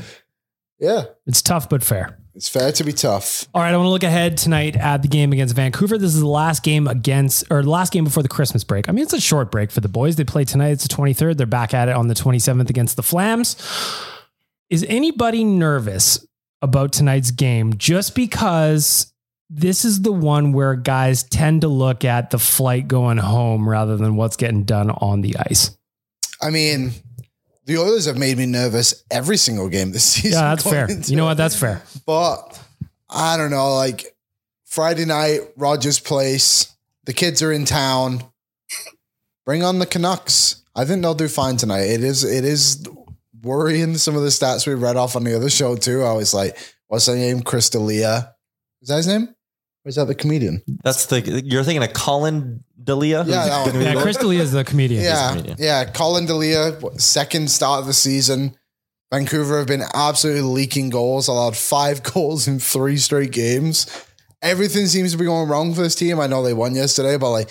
Yeah, It's tough but fair. it's fair to be tough. All right, I want to look ahead tonight at the game against Vancouver. This is the last game against, or the last game before the Christmas break. I mean, it's a short break for the boys. They play tonight. It's the 23rd. They're back at it on the 27th against the Flams. Is anybody nervous about tonight's game just because this is the one where guys tend to look at the flight going home rather than what's getting done on the ice? I mean, the Oilers have made me nervous every single game this season. Yeah, that's going fair. into You know it. what? That's fair. But I don't know. Like Friday night, Rogers Place. The kids are in town. Bring on the Canucks. I think they'll do fine tonight. It is. It is worrying. Some of the stats we read off on the other show too. I was like, what's her name? Chris D'Elia. Is that his name? Or is that the comedian? That's the you're thinking of Colin Delia. Yeah, that one. Yeah, Crystal is the comedian. Yeah, comedian. yeah. Colin Delia, what, second start of the season. Vancouver have been absolutely leaking goals, allowed five goals in three straight games. Everything seems to be going wrong for this team. I know they won yesterday, but like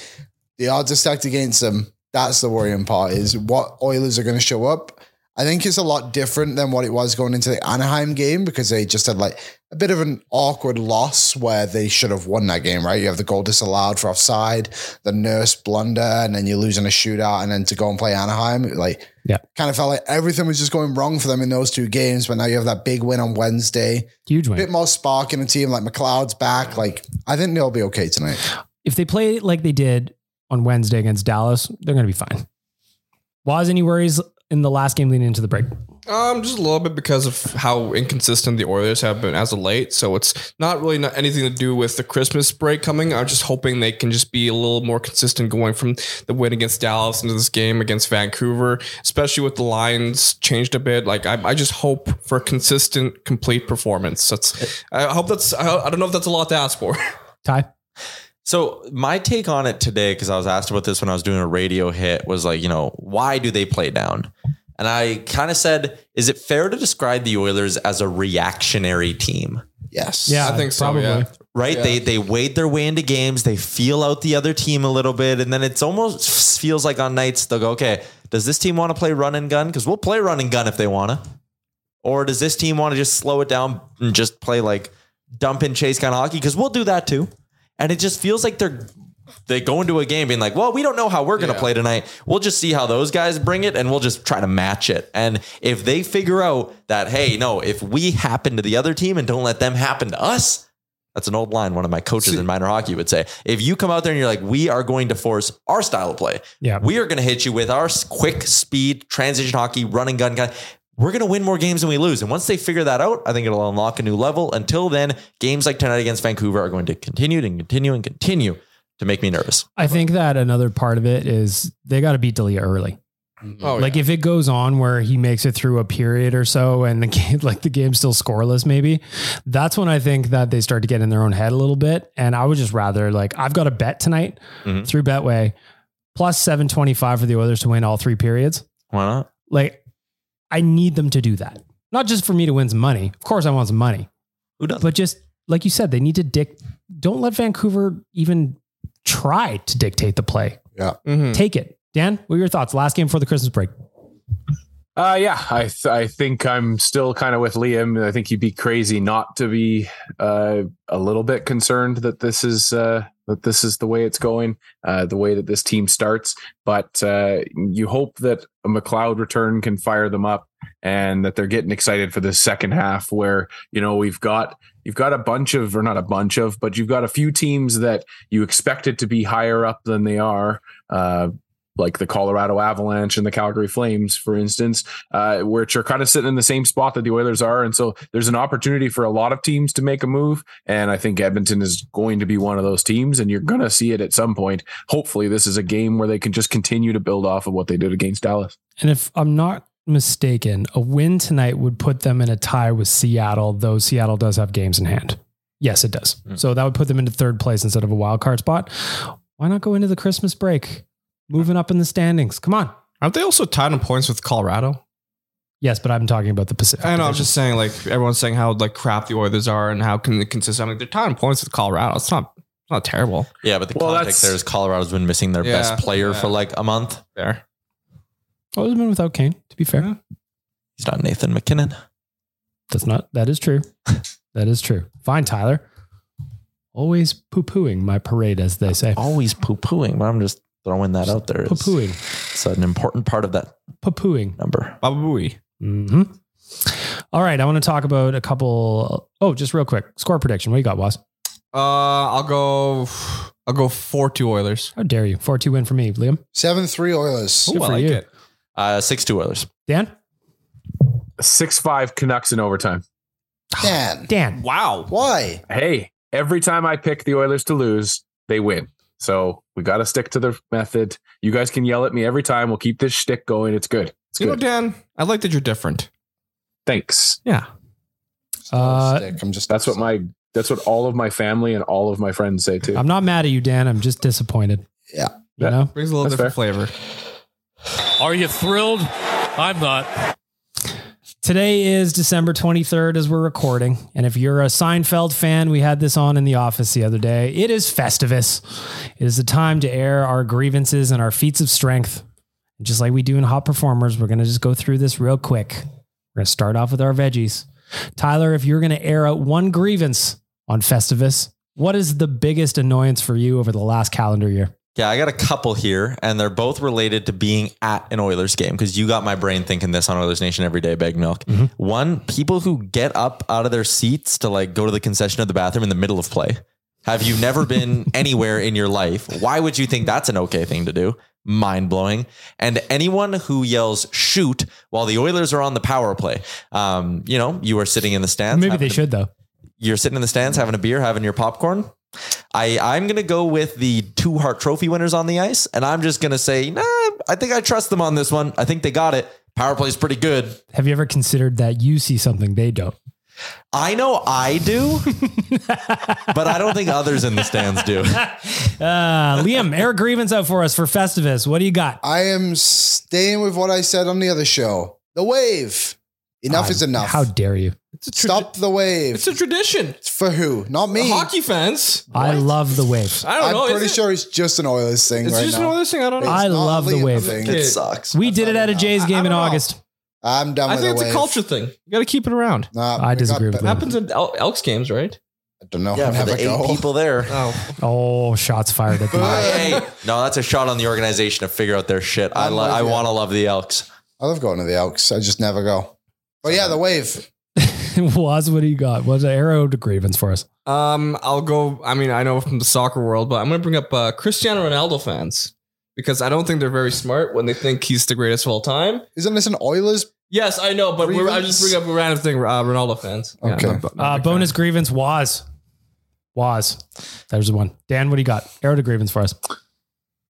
the odds are stacked against them. That's the worrying part is what Oilers are going to show up. I think it's a lot different than what it was going into the Anaheim game because they just had like a bit of an awkward loss where they should have won that game, right? You have the goal disallowed for offside, the nurse blunder, and then you're losing a shootout, and then to go and play Anaheim, it, like Yeah. kind of felt like everything was just going wrong for them in those two games. But now you have that big win on Wednesday, Huge a win. bit more spark in the team. Like McLeod's back, like I think they'll be okay tonight. if they play like they did on Wednesday against Dallas, they're going to be fine. Was any worries in the last game leading into the break? Um, just a little bit because of how inconsistent the Oilers have been as of late. So it's not really not anything to do with the Christmas break coming. I'm just hoping they can just be a little more consistent going from the win against Dallas into this game against Vancouver, especially with the lines changed a bit. Like I, I just hope for a consistent, complete performance. That's I hope that's I, I don't know if that's a lot to ask for. Ty, So my take on it today, because I was asked about this when I was doing a radio hit, was like, you know, why do they play down? And I kind of said, is it fair to describe the Oilers as a reactionary team? Yes. yeah, I think so, yeah. Right? They they wade their way into games, they feel out the other team a little bit, and then it's almost feels like on nights they'll go, okay, does this team want to play run and gun? Because we'll play run and gun if they want to. Or does this team want to just slow it down and just play like dump and chase kind of hockey? Because we'll do that too. And it just feels like they're they go into a game being like, well, we don't know how we're going to play tonight. We'll just see how those guys bring it and we'll just try to match it. And if they figure out that, hey, no, if we happen to the other team and don't let them happen to us, that's an old line one of my coaches in minor hockey would say. If you come out there and you're like, we are going to force our style of play, Yeah. we are going to hit you with our s- quick speed, transition hockey, run and gun guy. We're going to win more games than we lose. And once they figure that out, I think it'll unlock a new level. Until then, games like tonight against Vancouver are going to continue and continue and continue to make me nervous. I think that another part of it is they got to beat Delia early. Oh, like if it goes on where he makes it through a period or so, and the game, like the game's still scoreless, maybe that's when I think that they start to get in their own head a little bit. And I would just rather like I've got a bet tonight Mhm. through Betway plus seven twenty five for the Oilers to win all three periods. Why not? Like, I need them to do that. Not just for me to win some money. Of course, I want some money. Who doesn't? But just like you said, they need to dic Don't let Vancouver even try to dictate the play. Mm-hmm. Mhm. Take it. Dan, what are your thoughts? Last game before the Christmas break. Uh, yeah, I th- I think I'm still kind of with Liam. I think you'd be crazy not to be uh, a little bit concerned that this is uh, that this is the way it's going, uh, the way that this team starts. But uh, you hope that a McLeod return can fire them up, and that they're getting excited for the second half, where you know we've got You've got a bunch of, or not a bunch of, but you've got a few teams that you expected to be higher up than they are. Uh, like the Colorado Avalanche and the Calgary Flames, for instance, uh, which are kind of sitting in the same spot that the Oilers are. And so there's an opportunity for a lot of teams to make a move. And I think Edmonton is going to be one of those teams. And you're going to see it at some point. Hopefully, this is a game where they can just continue to build off of what they did against Dallas. And if I'm not mistaken, a win tonight would put them in a tie with Seattle, though Seattle does have games in hand. Yes, it does. Hmm. So that would put them into third place instead of a wild card spot. Why not go into the Christmas break? Moving up in the standings. Come on. Aren't they also tied in points with Colorado? Yes, but I'm talking about the Pacific. I know. I'm Division. just saying, like everyone's saying how like crap the Oilers are and how can consistent. I'm like they're tied in points with Colorado. It's not it's not terrible. Yeah, but the Well, context that's- there is Colorado's been missing their Yeah, best player yeah. for like a month. There, Oh, it's been without Kane, to be fair. He's not Nathan McKinnon. That's not, that is true. that is true. Fine, Tyler. Always poo pooing my parade, as they say. Always poo pooing, but I'm just throwing that out there. Poo It's- pooing. It's an important part of that Poo pooing. number. Baba Booey. hmm All right, I want to talk about a couple. Oh, just real quick, score prediction. What you got, Was? Uh, I'll go. I'll go four two Oilers. How dare you? Four two win for me, Liam. 7 3 Oilers. Good I for like you. it. Uh, six two Oilers. Dan. 6 5 Canucks in overtime. Dan, Ah, Dan. Wow. why? Hey, every time I pick the Oilers to lose, they win. So we got to stick to the method. You guys can yell at me every time. We'll keep this shtick going. It's good. It's You know, good. Dan, I like that you're different. Thanks. Yeah. Uh, Stick, I'm just That's what my that's what all of my family and all of my friends say too. I'm not mad at you, Dan. I'm just disappointed. Yeah. You Yeah. know. Brings a little That's different flavor. Are you thrilled? I'm not. Today is December 23rd as we're recording, and if you're a Seinfeld fan, we had this on in the office the other day. It is Festivus. It is the time to air our grievances and our feats of strength. Just like we do in Hot Performers, we're going to just go through this real quick. We're going to start off with our veggies. Tyler, if you're going to air out one grievance on Festivus, what is the biggest annoyance for you over the last calendar year? Yeah, I got a couple here, and they're both related to being at an Oilers game because you got my brain thinking this on Oilers Nation every day, Bag Milk. Mm-hmm. One, people who get up out of their seats to like go to the concession of the bathroom in the middle of play. Have you never been anywhere in your life? Why would you think that's an okay thing to do? Mind blowing. And anyone who yells shoot while the Oilers are on the power play, um, you know, you are sitting in the stands. Maybe having they to- should, though. you're sitting in the stands having a beer, having your popcorn. I, I'm going to go with the two Hart Trophy winners on the ice, and I'm just going to say, nah, I think I trust them on this one. I think they got it. Power play's pretty good. Have you ever considered that you see something they don't? I know I do, but I don't think others in the stands do. Uh, Liam, air grievance out for us for Festivus. What do you got? I am staying with what I said on the other show. The wave. Enough is enough. How dare you? It's a tradi- Stop the wave. It's a tradition. For who? Not me. Hockey fans. I love the wave. I don't I'm know. pretty is it- sure it's just an Oilers thing It's right just now. another thing. I don't know. I It's not love the Liam wave. thing. It Okay. sucks. We did it at a Jays game in don't know. August. I'm done I with think the it's a wave. culture thing. You got to keep it around. Nah, I we got disagree with better. that. Happens at El- Elks games, right? I don't know. Yeah, I'll for have the a go. eight people there. Oh, Oh, shots fired at the Hey, no, that's a shot on the organization to figure out their shit. I, lo- I want to love the Elks. I love going to the Elks. I just never go. But yeah, the wave. was. What do you got? Was an arrow to grievance for us? Um, I'll go. I mean, I know from the soccer world, but I'm going to bring up uh, Cristiano Ronaldo fans because I don't think they're very smart when they think he's the greatest of all time. Isn't this an Oilers? Yes, I know, but we're, I just bring up a random thing. Uh, Ronaldo fans. Yeah, Okay. not- not Uh, big bonus grievance was. Was. There's the one. Dan, what do you got? Arrow to grievance for us.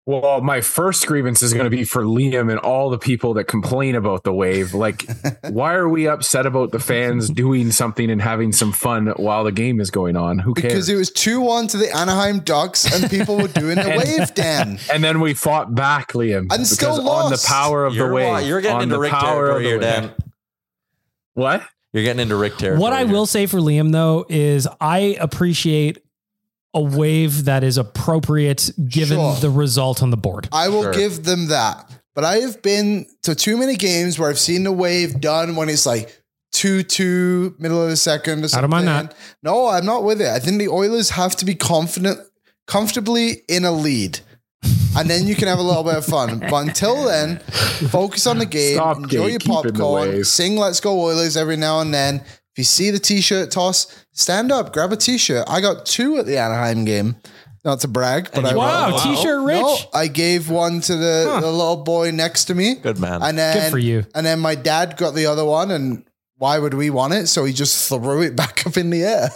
Well, my first grievance is going to be for Liam and all the people that complain about the wave. Like, why are we upset about the fans doing something and having some fun while the game is going on? Who cares? Because it was 2 1 to the Anaheim Ducks and people were doing the wave, Dan. and then we fought back, Liam, And still because on the lost. power of You're, the wave. wa- you're getting on into the Rick power of territory the here, wave. Dan. What? You're getting into Rick territory. What I here. will say for Liam though is I appreciate a wave that is appropriate given Sure. the result on the board. I will give them that. But I have been to too many games where I've seen the wave done when it's like 2 2, middle of the second or I something. don't mind that. No, I'm not with it. I think the Oilers have to be confident, comfortably in a lead. And then you can have a little bit of fun. But until then, focus on the game, Stop enjoy your gatekeeping the popcorn, wave. sing Let's Go Oilers every now and then. If you see the t-shirt toss, stand up, grab a t-shirt. I got two at the Anaheim game. Not to brag, but I Wow, Wow. t-shirt rich. No, I gave one to the, the little boy next to me. Good man. And then Good for you. And then my dad got the other one, and why would we want it? So he just threw it back up in the air.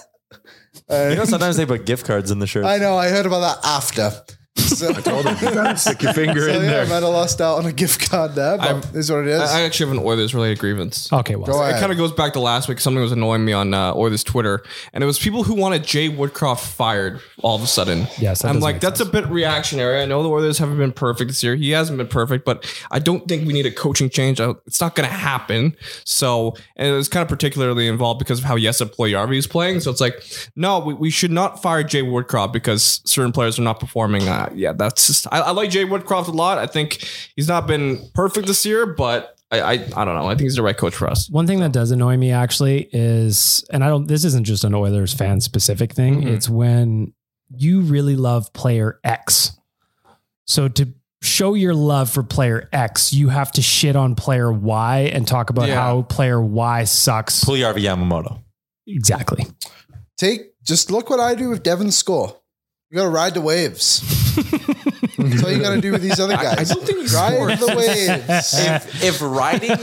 Uh, You know, sometimes they put gift cards in the shirt. I know. I heard about that after. So, I told him. Stick your finger in yeah, I there. might have lost out on a gift card there, but I'm- this is what it is. I I actually have an Oilers related grievance. Okay, well, Go It ahead. kind of goes back to last week. Something was annoying me on uh, Oilers Twitter, and it was people who wanted Jay Woodcroft fired all of a sudden. Yes, that I'm doesn't like, make that's a bit reactionary. I know the Oilers haven't been perfect this year. He hasn't been perfect, but I don't think we need a coaching change. I, it's not going to happen. So, and it was kind of particularly involved because of how Yes Ployarvi is playing. So it's like, no, we, we should not fire Jay Woodcroft because certain players are not performing. Uh, yeah, that's just, I, I like Jay Woodcroft a lot. I think he's not been perfect this year, but. I, I, I don't know. I think he's the right coach for us. One thing that does annoy me actually is, and I don't, this isn't just an Oilers fan specific thing. It's when you really love player X. So to show your love for player X, you have to shit on player Y and talk about Yeah. how player Y sucks. Pull Yarvi Yamamoto. Exactly. Take just look what I do with Devin's score. You gotta ride the waves. That's all you gotta do with these other guys. I, don't think he ride the waves. If, if riding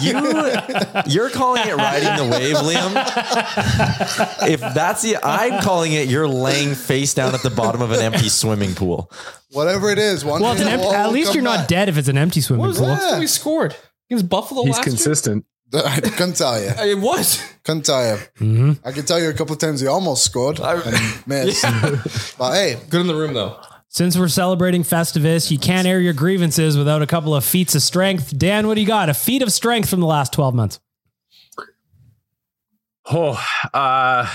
the you you're calling it riding the wave, Liam. If that's the I'm calling it you're laying face down at the bottom of an empty swimming pool. Whatever it is, one Well, it's an day empty, the wall at will least come you're not back. dead if it's an empty swimming pool. Yeah. we scored against Buffalo He's last consistent. I couldn't tell you. year? It was. Couldn't tell you. Mm-hmm. I can tell you a couple of times he almost scored and missed. But hey, Good in the room though. Since we're celebrating Festivus, you can't air your grievances without a couple of feats of strength. Dan, what do you got? A feat of strength from the last 12 months. Oh, uh,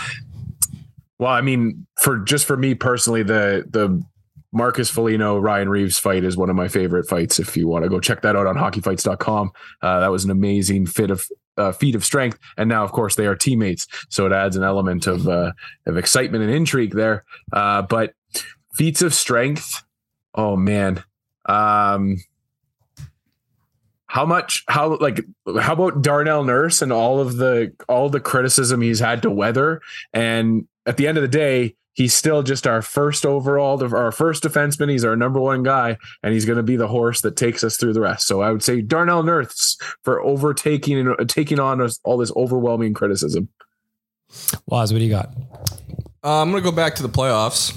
well, I mean, for just for me personally, the the Marcus Foligno Ryan Reeves fight is one of my favorite fights. If you want to go check that out on hockeyfights.com, uh, that was an amazing fit of uh, feat of strength. And now, of course, they are teammates, so it adds an element of uh, of excitement and intrigue there. Uh, but feats of strength, oh man. Um, how much how like how about Darnell Nurse and all of the all the criticism he's had to weather and at the end of the day he's still just our first overall our first defenseman he's our number one guy and he's going to be the horse that takes us through the rest so i would say Darnell Nurse for overtaking and uh, taking on us- all this overwhelming criticism Waz, what do you got? Uh, I'm gonna go back to the playoffs,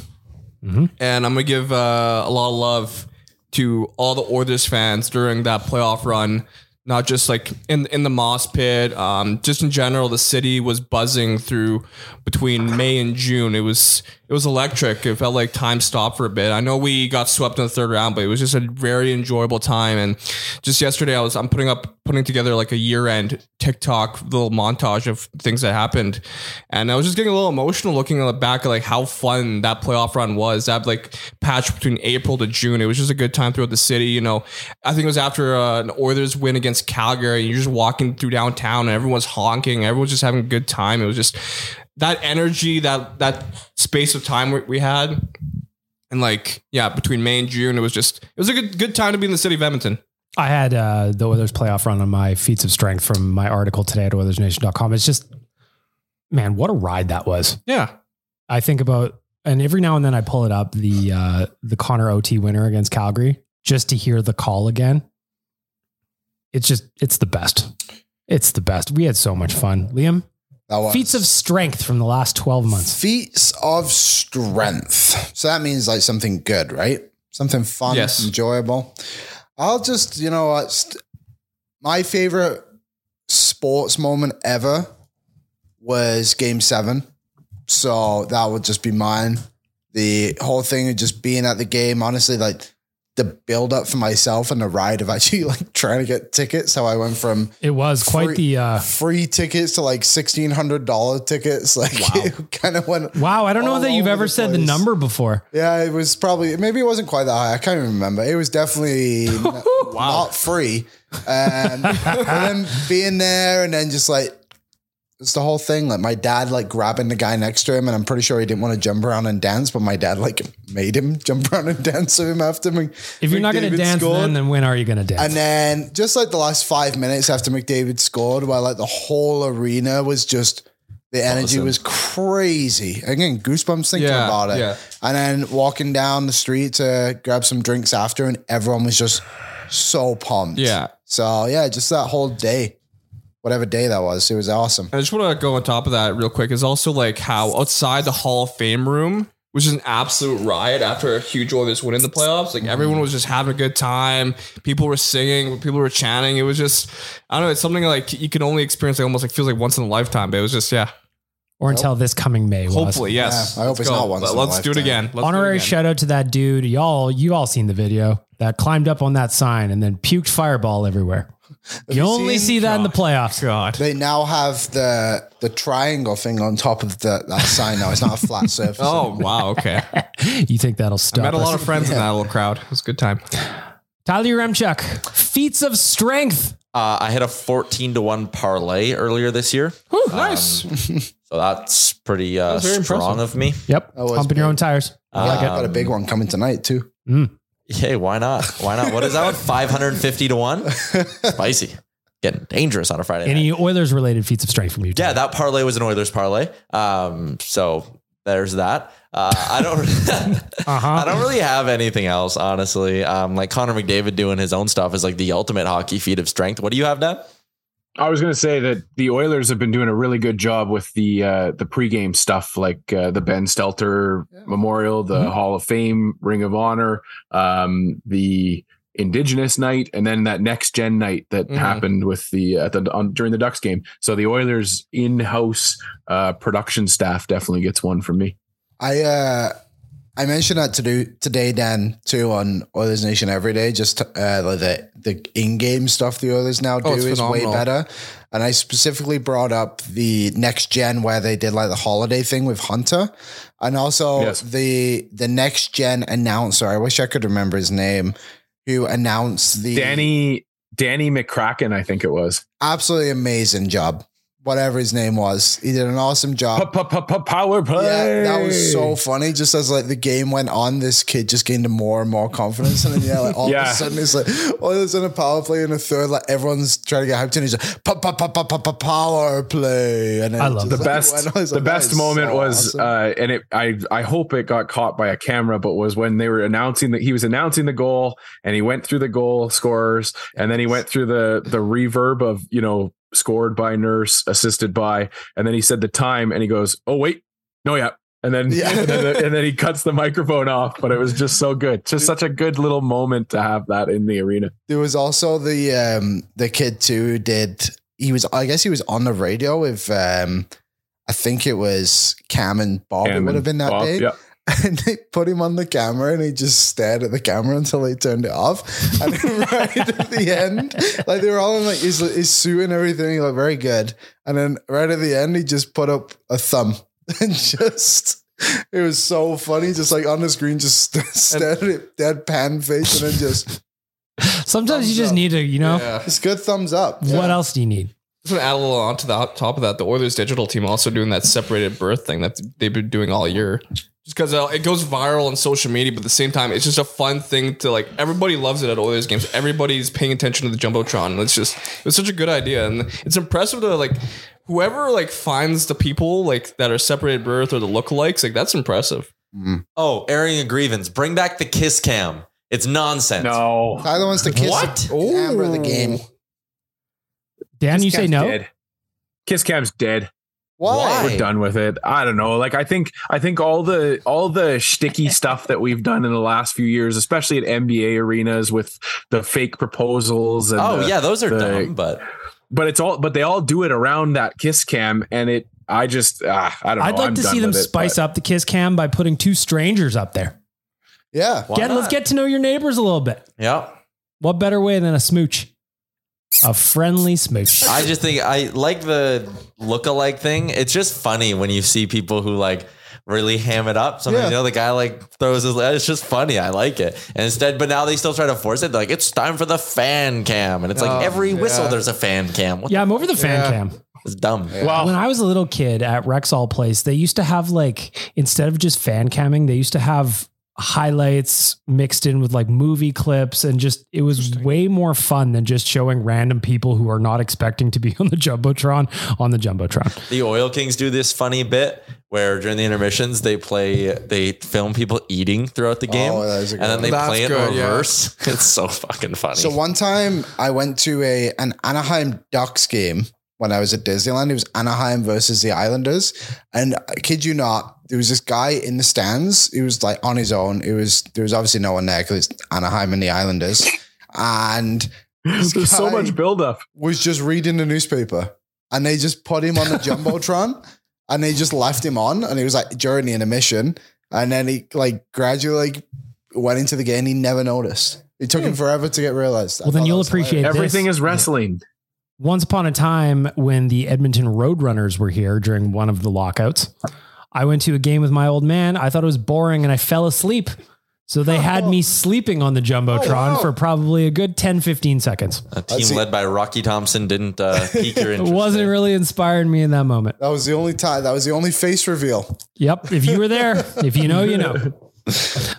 and I'm gonna give uh, a lot of love to all the Oilers fans during that playoff run. Not just like in in the Moss Pit, um, just in general, the city was buzzing through between May and June. It was it was electric. It felt like time stopped for a bit. I know we got swept in the third round, but it was just a very enjoyable time. And just yesterday, I was I'm putting up putting together like a year end TikTok little montage of things that happened, and I was just getting a little emotional looking at the back at like how fun that playoff run was. That like patch between April to June, it was just a good time throughout the city. You know, I think it was after uh, an Oilers win against Calgary, and you're just walking through downtown, and everyone's honking, everyone's just having a good time. It was just that energy, that that space of time we, we had. And like, yeah, between May and June, it was just it was a good good time to be in the city of Edmonton. I had uh, the Oilers playoff run on my feats of strength from my article today at OilersNation.com. It's just, man, what a ride that was. Yeah. I think about, and every now and then I pull it up the uh, the Connor OT winner against Calgary just to hear the call again. It's just, it's the best. It's the best. We had so much fun. Liam, that was- feats of strength from the last 12 months. feats of strength. So that means like something good, right? Something fun, Yes. enjoyable. I'll just, you know, what, st- my favorite sports moment ever was game seven. So that would just be mine. The whole thing of just being at the game, honestly, like the build up for myself and the ride of actually like trying to get tickets. How I went from It was quite the, uh, free tickets to like sixteen hundred dollar tickets. Like it kind of went. wow, I don't know all that you've over ever the said the place. number before. Yeah, it was probably maybe it wasn't quite that high. I can't even remember. It was definitely n- not free. Um, and then being there and then just like it It's the whole thing. Like my dad, like grabbing the guy next to him, and I'm pretty sure he didn't want to jump around and dance, but my dad like made him jump around and dance with him after. Mc, If you're not going to McDavid dance scored. then, then when are you going to dance? And then just like the last five minutes after McDavid scored, where like the whole arena was just the energy was crazy. Again, goosebumps thinking Yeah, about it. yeah. And then walking down the street to grab some drinks after, and everyone was just so pumped. Yeah. So yeah, just that whole day, whatever day that was, it was awesome. I just want to go on top of that real quick. Is also like how outside the Hall of Fame room was just an absolute riot after a huge Oilers win in the playoffs. Like everyone was just having a good time. People were singing. People were chanting. It was just I don't know. It's something like you can only experience. Like almost like feels like once in a lifetime. But it was just yeah. or until this coming May. was. Hopefully yes. Yeah, I hope Let's it's go. not once Let- in a Let's do it lifetime. again. Let's do it Honorary again. shout out to that dude. Y'all, you all seen the video that climbed up on that sign and then puked fireball everywhere. You you only seen- see that in the playoffs. God. They now have the the triangle thing on top of the, that sign now. It's not a flat surface. Oh wow. Okay. You think that'll stop? Met a us. lot of friends in that little crowd. It was a good time. Tyler Remchuk, feats of strength. Uh, I had a 14 to 1 parlay earlier this year. Um, nice. So that's pretty uh, That's very strong impressive. of me. Yep, That was pumping your own tires. yeah, I've got a big one coming tonight too. Hmm. Hey, why not? Why not? What is that one? 550 to 1? Spicy. Getting dangerous on a Friday. night. Any Oilers related feats of strength from you? Yeah, that parlay was an Oilers parlay. Um, so there's that. Uh, I don't. Uh I huh. don't really have anything else, honestly. Um, like Connor McDavid doing his own stuff is like the ultimate hockey feat of strength. What do you have, Dan? I was going to say that the Oilers have been doing a really good job with the uh, the pregame stuff, like uh, the Ben Stelter Memorial, the Hall of Fame, Ring of Honor, um, the Indigenous Night, and then that Next Gen Night that Mhm. happened with the, at the on, during the Ducks game. So the Oilers in house uh, production staff definitely gets one from me. I uh I mentioned that to do today, Dan, too, on Oilers Nation every day. Just uh, like the the in game stuff the Oilers now do Oh, it's is way phenomenal. better. And I specifically brought up the next gen where they did like the holiday thing with Hunter, and also Yes. the the next gen announcer. I wish I could remember his name, who announced the Danny Danny McCracken, I think it was absolutely amazing job. Whatever his name was, he did an awesome job. power play. Yeah, that was so funny. Just as like the game went on, this kid just gained more and more confidence, and then yeah, like all of Yeah. a sudden it's like Oilers in a power play in a third, like everyone's trying to get hyped, and he's like pa pa pa pa pa pa power play, and then I it love just, the like, best went on. It's the like, that best is moment so was awesome. uh and it i i hope it got caught by a camera but was when they were announcing that he was announcing the goal and he went through the goal scorers and then he went through the the reverb of you know scored by nurse assisted by and then he said the time and he goes oh wait no yeah and then, Yeah. and, then the- and then he cuts the microphone off, but it was just so good. Just such a good little moment to have that in the arena. There was also the um the kid too who did he was I guess he was on the radio with um I think it was Cam and Bob. it Cam would have and been that Bob, day. yeah. And they put him on the camera and he just stared at the camera until they turned it off. And then right at the end, like they were all in like his, his suit and everything, he looked very good. And then right at the end, he just put up a thumb and just. It was so funny, just like on the screen, just st- stared at it, deadpan face, and then just Sometimes you just up. need to, you know. Yeah. it's good thumbs up. What else do you need? Just want to add a little onto the top of that. The Oilers digital team also doing that separated birth thing that they've been doing all year. Just because it goes viral on social media, but at the same time, it's just a fun thing to like. Everybody loves it at Oilers games. Everybody's paying attention to the jumbotron. And it's just it's such a good idea, and it's impressive to like whoever like finds the people like that are separated birth or the lookalikes. Like that's impressive. Oh, airing a grievance. Bring back the kiss cam. It's nonsense. No, Tyler wants to kiss What? Amber of the game. Dan, you say no. Kiss cam's dead. Why? We're done with it. I don't know. Like I think I think all the all the shticky stuff that we've done in the last few years, especially at NBA arenas with the fake proposals and Oh the- yeah, those are the- dumb. But But it's all but they all do it around that kiss cam and it I just ah, I don't know. I'd like I'm to done see them with it, spice but- up the kiss cam by putting two strangers up there. Yeah. why Get, let's not? get to know your neighbors a little bit. Yeah, What better way than a smooch? A friendly smooch. I just think I like the look-alike thing. It's just funny when you see people who like really ham it up. Sometimes Yeah. you know the guy like throws his. It's just funny. I like it. And instead, but now they still try to force it. They're Oh, like it's time for the fan cam, and it's like every whistle there's a fan cam. What yeah, I'm over the fan cam. It's dumb. Well, when I was a little kid at Rexall Place, they used to have like instead of just fan camming, they used to have highlights mixed in with like movie clips and just it was way more fun than just showing random people who are not expecting to be on the jumbotron on the jumbotron. The Oil Kings do this funny bit where during the intermissions they play, they film people eating throughout the game, Oh, that and is a good then one. they That's play it good, in yeah. reverse. It's so fucking funny. So one time I went to a an Anaheim Ducks game when I was at Disneyland. It was Anaheim versus the Islanders. And I kid you not, there was this guy in the stands. He was like on his own. It was there was obviously no one there because it's Anaheim and the Islanders. And this There's so guy much buildup. was just reading the newspaper. And they just put him on the Jumbotron and they just left him on. And he was like during the intermission. And then he like gradually like, went into the game. He never noticed. It took him forever to get realized. I Hmm. Well, then thought you'll that was appreciate hilarious. Everything this. is wrestling. Once upon a time, when the Edmonton Roadrunners were here during one of the lockouts, I went to a game with my old man. I thought it was boring and I fell asleep. So they had me sleeping on the Jumbotron for probably a good 10, 15 seconds. a team led by Rocky Thompson didn't uh, pique your It interest. wasn't really inspiring me in that moment. That was the only time. That was the only face reveal. Yep. If you were there, if you know, you know.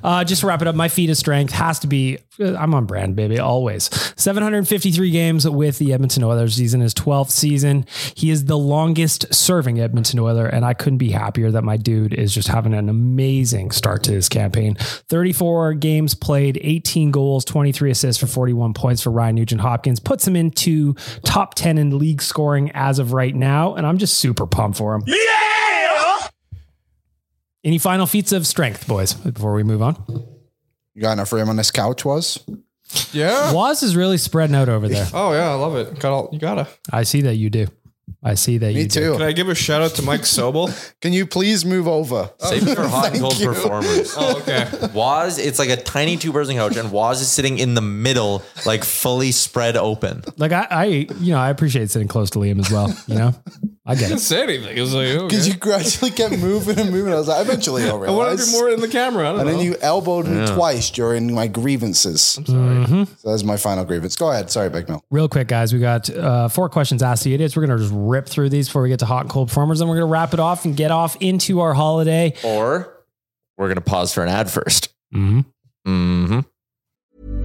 Uh, just to wrap it up, my feet of strength has to be. uh, I'm on brand, baby, always. 753 games with the Edmonton Oilers. He's in his 12th season. He is the longest serving Edmonton Oiler, and I couldn't be happier that my dude is just having an amazing start to his campaign. 34 games played, 18 goals, 23 assists for 41 points for Ryan Nugent Hopkins. Puts him into top 10 in league scoring as of right now, and I'm just super pumped for him. Any final feats of strength, boys, before we move on? You got enough room on this couch, was? Yeah. Waz is really spreading out over there. Oh yeah, I love it. Got all you gotta. I see that you do. I see that Me you do. too. Can I give a shout out to Mike Sobel? Can you please move over? Save it for hot and Thank cold you. performers. Oh, okay. Waz, it's like a tiny two person couch, and Waz is sitting in the middle, like fully spread open. Like I, I, you know, I appreciate sitting close to Liam as well. You know, I get didn't it. say anything. It was like, okay. Because you gradually kept moving and moving. I was like, eventually I'll I want to realize. be more in the camera. I don't and know. then you elbowed me twice during my grievances. I'm sorry. Mm-hmm. So that's my final grievance. Go ahead. Sorry, Big Mill. Real quick, guys, we got uh, four questions asked the idiots. We're gonna just rip through these before we get to hot and cold performers, and we're gonna wrap it off and get off into our holiday. Or we're going to pause for an ad 1st Mm-hmm. Mm-hmm.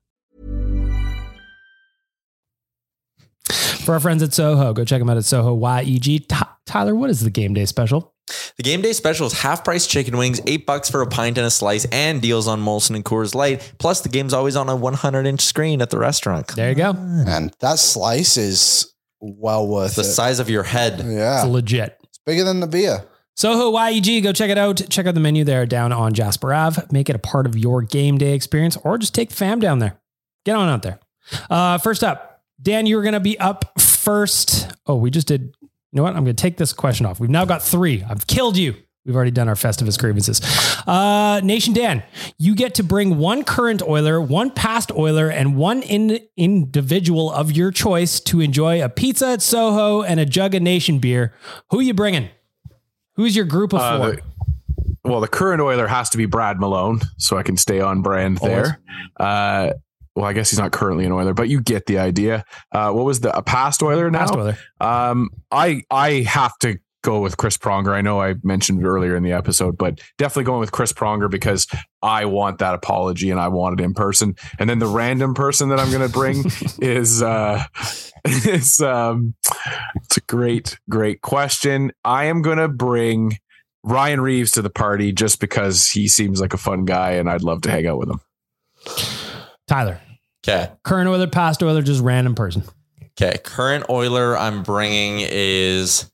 For our friends at Soho, go check them out at Soho YEG. Ty- Tyler, what is the game day special? The game day special is half price chicken wings, eight bucks for a pint and a slice, and deals on Molson and Coors Light. Plus, the game's always on a 100 inch screen at the restaurant. There you go. And that slice is well worth The it. size of your head. It's yeah. legit. It's bigger than the beer. Soho YEG, go check it out. Check out the menu there down on Jasper Ave. Make it a part of your game day experience or just take the fam down there. Get on out there. Uh, first up, Dan, you're going to be up first. Oh, we just did. You know what? I'm going to take this question off. We've now got three. I've killed you. We've already done our Festivus grievances. Uh, Nation Dan, you get to bring one current Oiler, one past Oiler, and one in, individual of your choice to enjoy a pizza at Soho and a jug of Nation beer. Who you bringing? Who's your group of Uh, four? the- well, the current Oiler has to be Brad Malone, so I can stay on brand there. Uh, well, I guess he's not currently an Oiler, but you get the idea. Uh, what was the a past Oiler now? Past Oiler. Um, I I have to go with Chris Pronger. I know I mentioned earlier in the episode, but definitely going with Chris Pronger because I want that apology and I want it in person. And then the random person that I'm going to bring is uh, is um, it's a great great question. I am going to bring. Ryan Reeves to the party just because he seems like a fun guy and I'd love to hang out with him. Tyler, Okay. current Oiler, past Oiler, just random person. Okay. Current Oiler I'm bringing is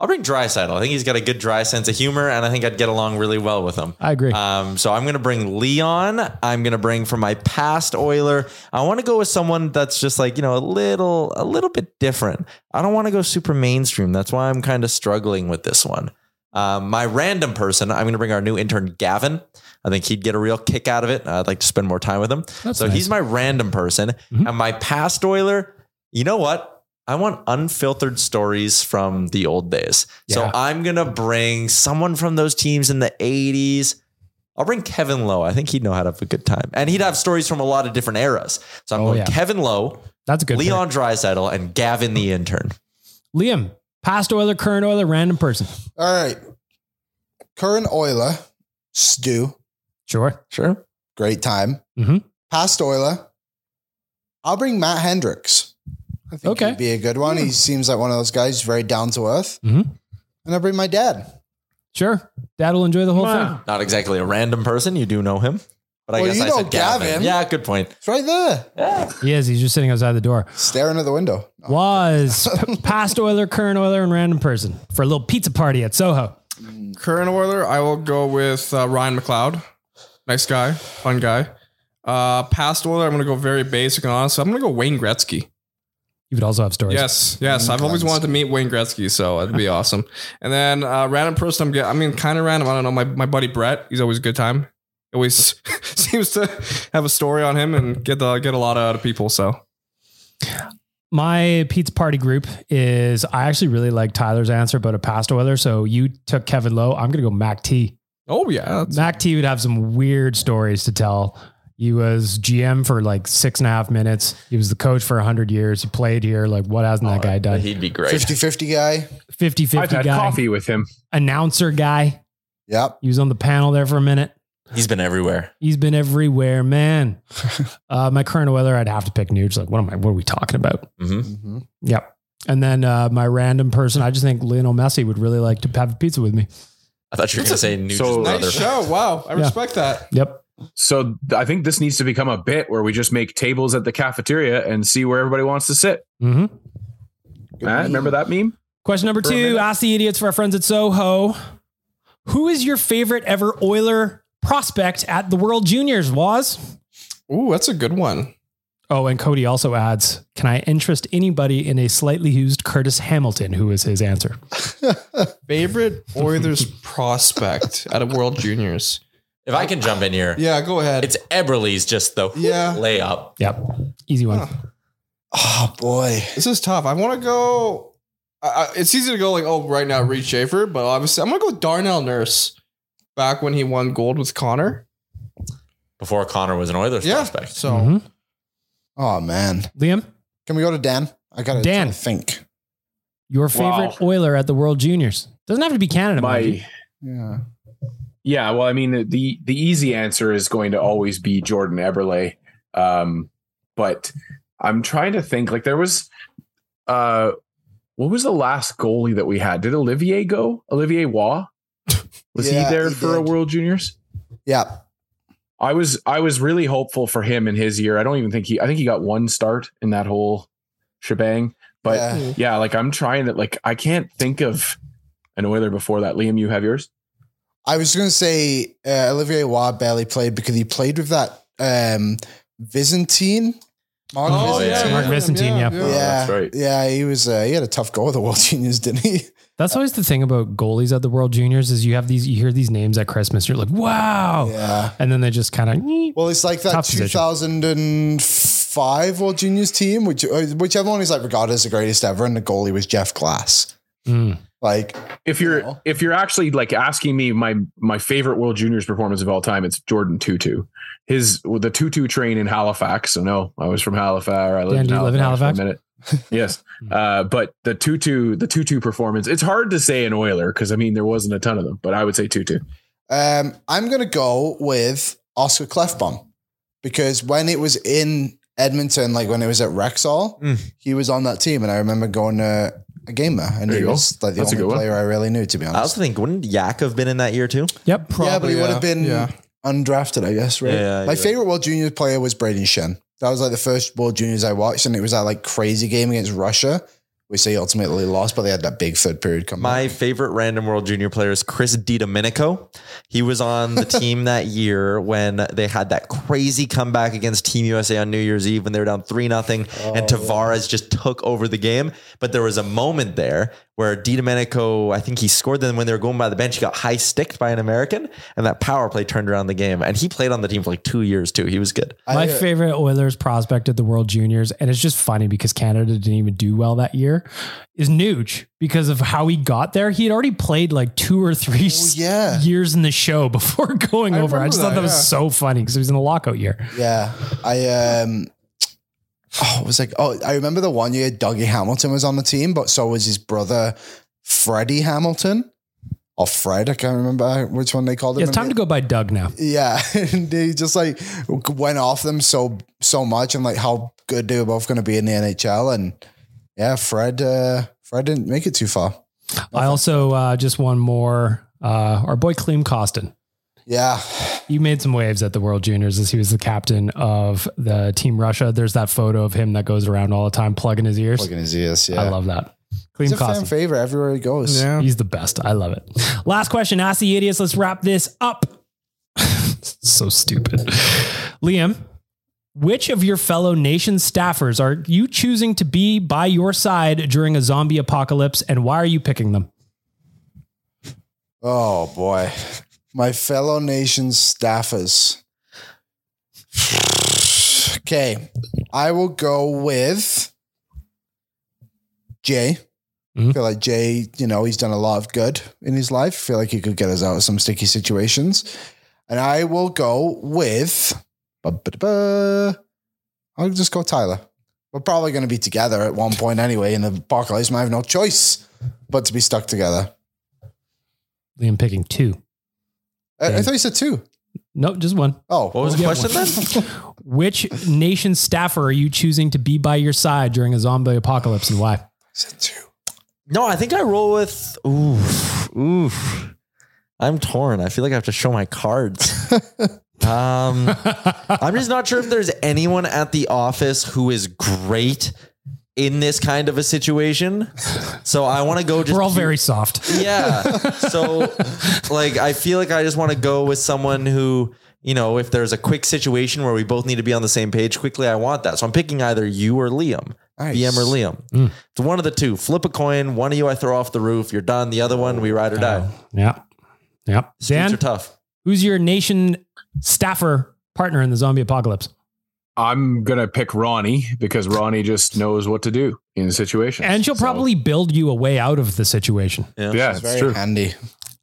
I'll bring Drysaddle. I think he's got a good dry sense of humor, and I think I'd get along really well with him. I agree. Um, so I'm going to bring Leon. I'm going to bring from my past Oiler. I want to go with someone that's just like you know a little a little bit different. I don't want to go super mainstream. That's why I'm kind of struggling with this one. Um, my random person, I'm going to bring our new intern Gavin. I think he'd get a real kick out of it. I'd like to spend more time with him. That's so nice. he's my random person, Mm-hmm. and my past Oiler. You know what? I want unfiltered stories from the old days. So I'm going to bring someone from those teams in the 80s. I'll bring Kevin Lowe. I think he'd know how to have a good time. And he'd have stories from a lot of different eras. So I'm Oh, going yeah. Kevin Lowe, That's a good. Leon Drysaddle, and Gavin the intern. pick. Liam, past Oiler, current Oiler, random person. All right. Current Oiler, Stu. Sure. Sure. Great time. Mhm. Past Oiler, I'll bring Matt Hendricks. I think Okay. Hmm. he'd be a good one. He seems like one of those guys, very down to earth. Mhm. And I'll bring my dad. Sure. Dad will enjoy the whole thing. Not exactly a random person. You do know him. But I Well, guess you I know said Gavin. Gavin. Yeah, good point. It's right there, He is. He's just sitting outside the door. staring at the window. Was p- past Oiler, current Oiler, and random person for a little pizza party at Soho. Current Oiler, I will go with uh, Ryan McLeod. Nice guy, fun guy. Uh, past Oiler, I'm going to go very basic and honest. I'm going to go Wayne Gretzky. You would also have stories. Yes, yes. I've always Clemson. wanted to meet Wayne Gretzky, so that'd be awesome. And then uh, random person, I'm get, I mean, kind of random. I don't know. My my buddy Brett, he's always a good time. Always seems to have a story on him and get the get a lot out of people. So My pizza party group is. I actually really like Tyler's answer about a past Oiler. So you took Kevin Lowe. I'm gonna go Mac T. oh yeah, that's- Mac T would have some weird stories to tell. He was GM for like six and a half minutes. He was the coach for 100 years. He played here. Like, what hasn't that guy done? Oh, He'd be great. 50 50 guy. 50 I've 50 guy, had coffee with him. announcer guy. Yep. He was on the panel there for a minute. He's been everywhere. He's been everywhere, man. uh, my current weather, I'd have to pick Nuge. Like, what am I? What are we talking about? hmm Mm-hmm. Mhm. Yep. And then uh, my random person, I just think Lionel Messi would really like to have a pizza with me. I thought you were going to say Nugent's So- brother. nice show. Wow, I Yeah. respect that. Yep. So th- I think this needs to become a bit where we just make tables at the cafeteria and see where everybody wants to sit. Mm-hmm. Matt, remember that meme? Question number a two minute. ask the idiots for our friends at Soho. Who is your favorite ever Oiler prospect at the World Juniors, Waz? Ooh, that's a good one. Oh, and Cody also adds, can I interest anybody in a slightly used Curtis Hamilton, who is his answer? Favorite Oilers prospect at a World Juniors. If I can jump in here, Yeah, go ahead. it's Eberly's just the Yeah. layup. Yep. Easy one. Oh, boy. This is tough. I want to go. I, I, it's easy to go like, oh, right now Reed Schaefer, but obviously I'm gonna go with Darnell Nurse. Back when he won gold with Connor, Before Connor was an Oilers yeah. prospect. So Mhm. Oh, man. Liam, Can we go to Dan? I got to Dan. think. your favorite Oiler at the World Juniors. Doesn't have to be Canada, mind you. My Yeah. yeah, well, I mean the the easy answer is going to always be Jordan Eberle, um, but I'm trying to think. Like there was, uh, what was the last goalie that we had? Did Olivier go? Olivier Waugh was Yeah, he there he for a did. World Juniors? Yeah. I was I was really hopeful for him in his year. I don't even think he I think he got one start in that whole shebang. But yeah, Yeah. like I'm trying to like I can't think of an Oiler before that. Liam, you have yours? I was going to say uh, Olivier Waugh barely played because he played with that um, Byzantine Mark Oh, Vincent. yeah, Mark yeah, Vincent, yeah. yeah. yeah, That's right. Yeah, he was. Uh, he had a tough go of the World Juniors, didn't he? That's always the thing about goalies at the World Juniors is you have these, you hear these names at Christmas, you're like, wow. Yeah. And then they just kind of, Well, it's like that Tough position. 2005 World Juniors team, which uh, which everyone is like regarded as the greatest ever, and the goalie was Jeff Glass. Like, if you're if you're actually like asking me my my favorite World Juniors performance of all time, it's Jordan Tutu. His with the Tutu train in Halifax. So no, I was from Halifax. Or I lived Dan, do you live in for a minute. yes, uh, but the Tutu the Tutu performance. It's hard to say an Oiler because I mean there wasn't a ton of them, but I would say Tutu. um, I'm going to go with Oscar Clefbaum because when it was in Edmonton, like when it was at Rexall, Mm. he was on that team, and I remember going to a game there, and There he you go. was like the That's a only good one. player I really knew, to be honest. I also think wouldn't Yak have been in that year too? Yep, yeah, but he would have been Yeah. undrafted, I guess, right? Yeah, My yeah. favorite World Juniors player was Braden Shen. That was like the first World Juniors I watched, and it was that like crazy game against Russia, which they ultimately lost, but they had that big third period come My favorite random world junior player is Chris DiDomenico. He was on the team that year when they had that crazy comeback against Team USA on New Year's Eve when they were down 3 nothing, and Tavares just took over the game. But there was a moment there where DiDomenico, I think he scored. Then when they were going by the bench, he got high sticked by an American, and that power play turned around the game. And he played on the team for like two years too. He was good. My favorite Oilers prospect at the World Juniors, and it's just funny because Canada didn't even do well that year, is Nuge because of how he got there. He had already played like two or three s- years in the show before going over. I remember just thought that, that yeah. was so funny because he was in the lockout year. Yeah. I um oh, it was like oh, I remember the one year Dougie Hamilton was on the team, but so was his brother Freddie Hamilton. Or Fred, I can't remember which one they called him. Yeah, it's time to go by Doug now. Yeah. And they just like went off them so so much and like how good they were both gonna be in the NHL. And yeah, Fred uh Fred didn't make it too far. I also uh, just one more. Uh, our boy Clem Costin. Yeah. You made some waves at the World Juniors as he was the captain of the Team Russia. There's that photo of him that goes around all the time, plugging his ears. Plugging his ears, yeah. I love that. He's Clem a fan Costin. favorite everywhere he goes. He's the best. I love it. Last question, ask the idiots. Let's wrap this up. so stupid. Liam, which of your fellow nation staffers are you choosing to be by your side during a zombie apocalypse and why are you picking them? Oh boy. My fellow nation's staffers. Okay. I will go with Jay. I feel like Jay, you know, he's done a lot of good in his life. I feel like he could get us out of some sticky situations. And I will go with ba-ba-da-ba. I'll just go Tyler. We're probably going to be together at one point anyway in the apocalypse. I have no choice but to be stuck together. Liam picking two. I, I thought you said two. Nope, just one. Oh, What was the Yeah, question one. then? Which nation staffer are you choosing to be by your side during a zombie apocalypse and why? No, I think I roll with oof, oof. I'm torn. I feel like I have to show my cards. um, I'm just not sure if there's anyone at the office who is great in this kind of a situation. So I want to go. Just We're all pure- very soft. yeah. So, like, I feel like I just want to go with someone who, you know, if there's a quick situation where we both need to be on the same page quickly, I want that. So I'm picking either you or Liam, Nice. BM or Liam. Mm. It's one of the two. Flip a coin. One of you I throw off the roof. You're done. The other one we ride or die. Yeah. Yeah. Streets Dan, are tough. who's your nation staffer partner in the zombie apocalypse? I'm gonna pick Ronnie because Ronnie just knows what to do in situations. And she'll probably build you a way out of the situation. Yeah, yeah it's true. handy.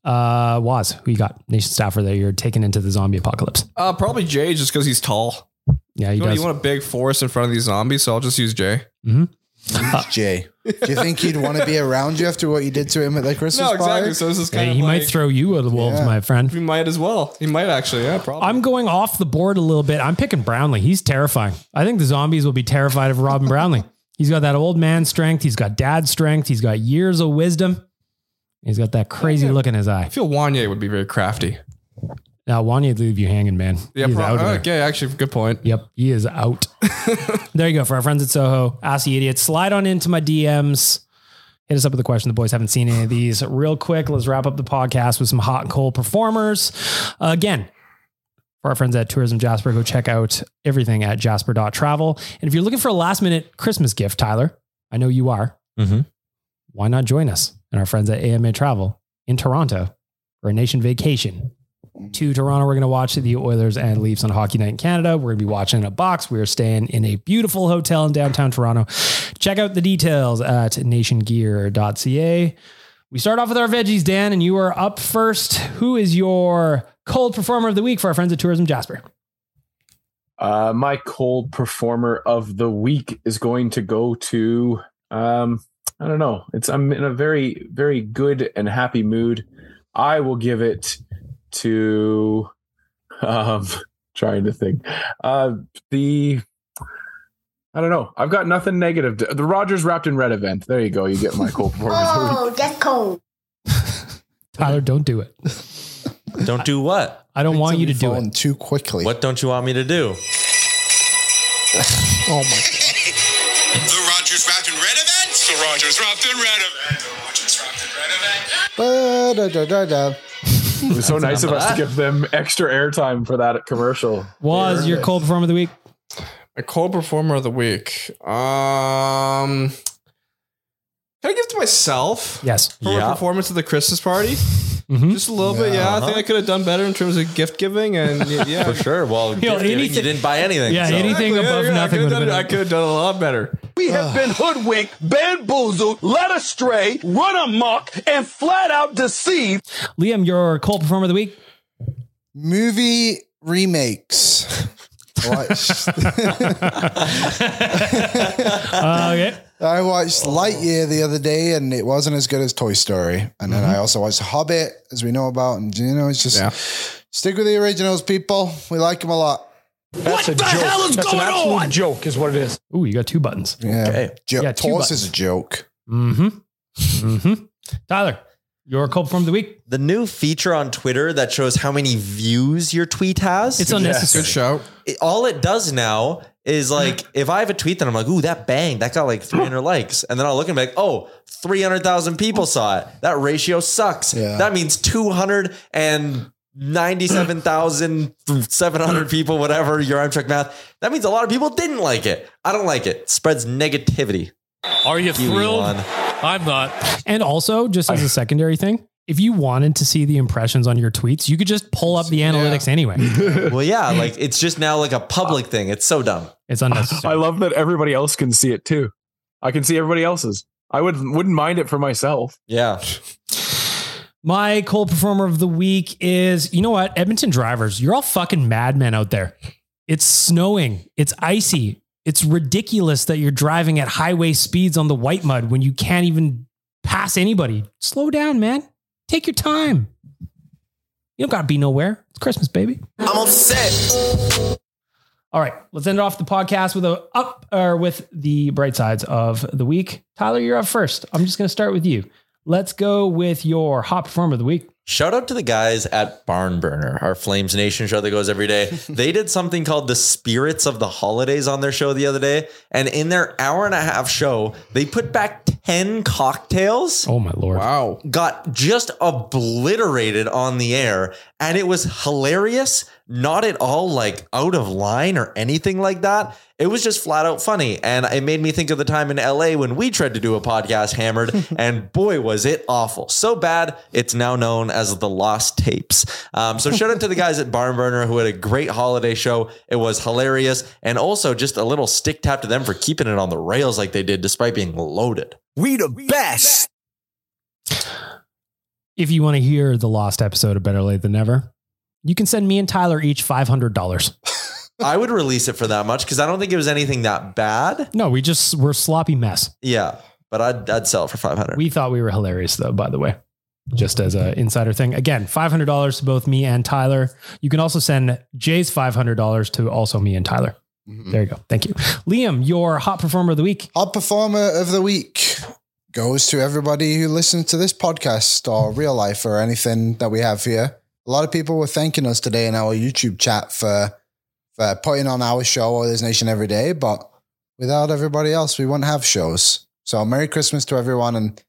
Uh, Waz, who you got? Nation staffer that you're taking into the zombie apocalypse. Uh, probably Jay, just because he's tall. Yeah, he You, know, does. you want a big forest in front of these zombies, so I'll just use Jay. Mm-hmm. Jay. Do you think he'd want to be around you after what you did to him at that Christmas No, exactly. party? So this is Hey, kind he of like, might throw you at the wolves, Yeah. my friend. he might as well. He might actually. Yeah, probably. I'm going off the board a little bit. I'm picking Brownlee. He's terrifying. I think the zombies will be terrified of Robin Brownlee. He's got that old man strength. He's got dad strength. He's got years of wisdom. He's got that crazy look in his eye. I feel Wanye would be very crafty. Now, Wanye'd leave you hanging, man. Yeah, He's pro- uh, out of there. okay. Actually, good point. Yep, he is out. there you go. For our friends at Soho, ask the idiot. Slide on into my DMs. Hit us up with a question. The boys haven't seen any of these. Real quick, let's wrap up the podcast with some hot and cold performers. Uh, again, for for our friends at Tourism Jasper. Go check out everything at jasper.travel. And if you're looking for a last minute Christmas gift, Tyler, I know you are. Mm-hmm. Why not join us and our friends at AMA Travel in Toronto for a nation vacation? To Toronto, we're going to watch the Oilers and Leafs on Hockey Night in Canada. We're going to be watching in a box. We are staying in a beautiful hotel in downtown Toronto. Check out the details at nationgear.ca. We start off with our veggies, Dan, and you are up first. Who is your cold performer of the week for our friends at Tourism Jasper? Uh, my cold performer of the week is going to go to um, I don't know. It's I'm in a very very good and happy mood. I will give it to um, trying to think uh, the I don't know. I've got nothing negative. To, the Rogers wrapped in red event. There you go. You get my cold performer. of the Oh, week. that's cold. Tyler, don't do it. Don't do what? I don't want you to do it. too quickly. What don't you want me to do? Oh my The Rogers wrapped in red event. The Rogers wrapped in red event. The Rogers wrapped in red event. Ba-da-da-da-da. It was so nice of us to That- give them extra airtime for that commercial. Was your cold performer of the week? My cold performer of the week. Um, can I give it to myself? Yes. For my Yeah. performance at the Christmas party. Just a little bit, yeah. I think Uh-huh. I could have done better in terms of gift giving, and y- yeah, For sure. Well, You know, gift giving, you anything- didn't buy anything. Yeah, so- anything Exactly, above yeah, yeah, I nothing could've would've done been it. I could have done a lot better. We have been hoodwinked, bamboozled, led astray, run amok, and flat out deceived. Liam, your cold performer of the week? Movie remakes. Watched. okay. I watched Lightyear the other day, and it wasn't as good as Toy Story. And then I also watched Hobbit, as we know about. And you know, it's just stick with the originals, people. We like them a lot. That's what the hell is going on? Joke is what it is. Ooh, you got two buttons. Yeah, Jo- Yeah, two Taurus buttons. is a joke. Mm-hmm. Mm-hmm. Tyler, your cold performer of the week? The new feature on Twitter that shows how many views your tweet has. It's unnecessary. Mm-hmm. Good show. all it does now is like if I have a tweet that I'm like, ooh, that bang, that got like 300 likes, and then I'll look and be like, oh, 300,000 people saw it. That ratio sucks. That means 297,700 people, whatever your Amtrak math. That means a lot of people didn't like it. I don't like it. Spreads negativity. Are you thrilled? Elon. I'm not. And also, just as a secondary thing, if you wanted to see the impressions on your tweets, you could just pull up the analytics anyway. well, yeah, like it's just now like a public thing. It's so dumb. It's unnecessary. I love that everybody else can see it too. I can see everybody else's. I would wouldn't mind it for myself. Yeah. My cold performer of the week is you know what? Edmonton drivers, you're all fucking madmen out there. It's snowing, it's icy, it's ridiculous that you're driving at highway speeds on the white mud when you can't even pass anybody. Slow down, man. Take your time. You don't gotta be nowhere. It's Christmas, baby. I'm upset. All right, let's end off the podcast with a up or with the bright sides of the week. Tyler, you're up first. I'm just gonna start with you. Let's go with your hot performer of the week. Shout out to the guys at Barnburner, our Flames Nation show that goes every day. They did something called the Spirits of the Holidays on their show the other day. And in their hour and a half show, they put back 10 cocktails. Oh, my Lord. Wow. Got just obliterated on the air. And it was hilarious, not at all like out of line or anything like that. It was just flat out funny. And it made me think of the time in LA when we tried to do a podcast hammered, and boy, was it awful. So bad, it's now known as the Lost Tapes. Um, so shout out to the guys at Barnburner who had a great holiday show. It was hilarious. And also just a little stick tap to them for keeping it on the rails like they did, despite being loaded. We the best. If you want to hear the lost episode of Better Late Than Never, you can send me and Tyler each five hundred dollars. I would release it for that much because I don't think it was anything that bad. No, we just we're a sloppy mess. Yeah, but I'd, I'd sell it for 500. We thought we were hilarious though, by the way. Just as a insider thing. Again, five hundred dollars to both me and Tyler. You can also send Jay's five hundred dollars to also me and Tyler. There you go. Thank you. Liam, your hot performer of the week. Hot performer of the week goes to everybody who listens to this podcast or real life or anything that we have here. A lot of people were thanking us today in our YouTube chat for for putting on our show Oilers Nation every day, but without everybody else, we wouldn't have shows. So Merry Christmas to everyone and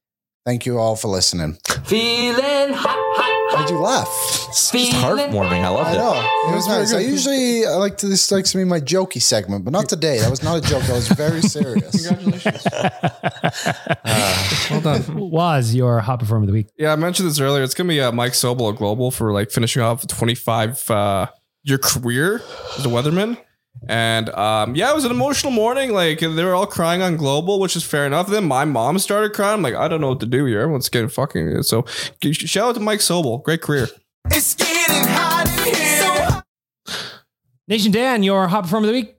thank you all for listening. Feeling hot, hot, Why'd you laugh? It's just heartwarming. I loved I know. it. It was nice. I usually I like to this likes to be my jokey segment, but not today. That was not a joke. That was very serious. Uh, Well done. Was your hot performer of the week? Yeah, I mentioned this earlier. It's gonna be uh, Mike Sobel at Global for like finishing off 25 uh, your career as a weatherman. And um, yeah, it was an emotional morning. Like they were all crying on Global, which is fair enough. Then my mom started crying. I'm like, I don't know what to do here. Everyone's getting fucking. So shout out to Mike Sobel, great career. It's getting hot in here. Nation Dan, your hot performer of the week.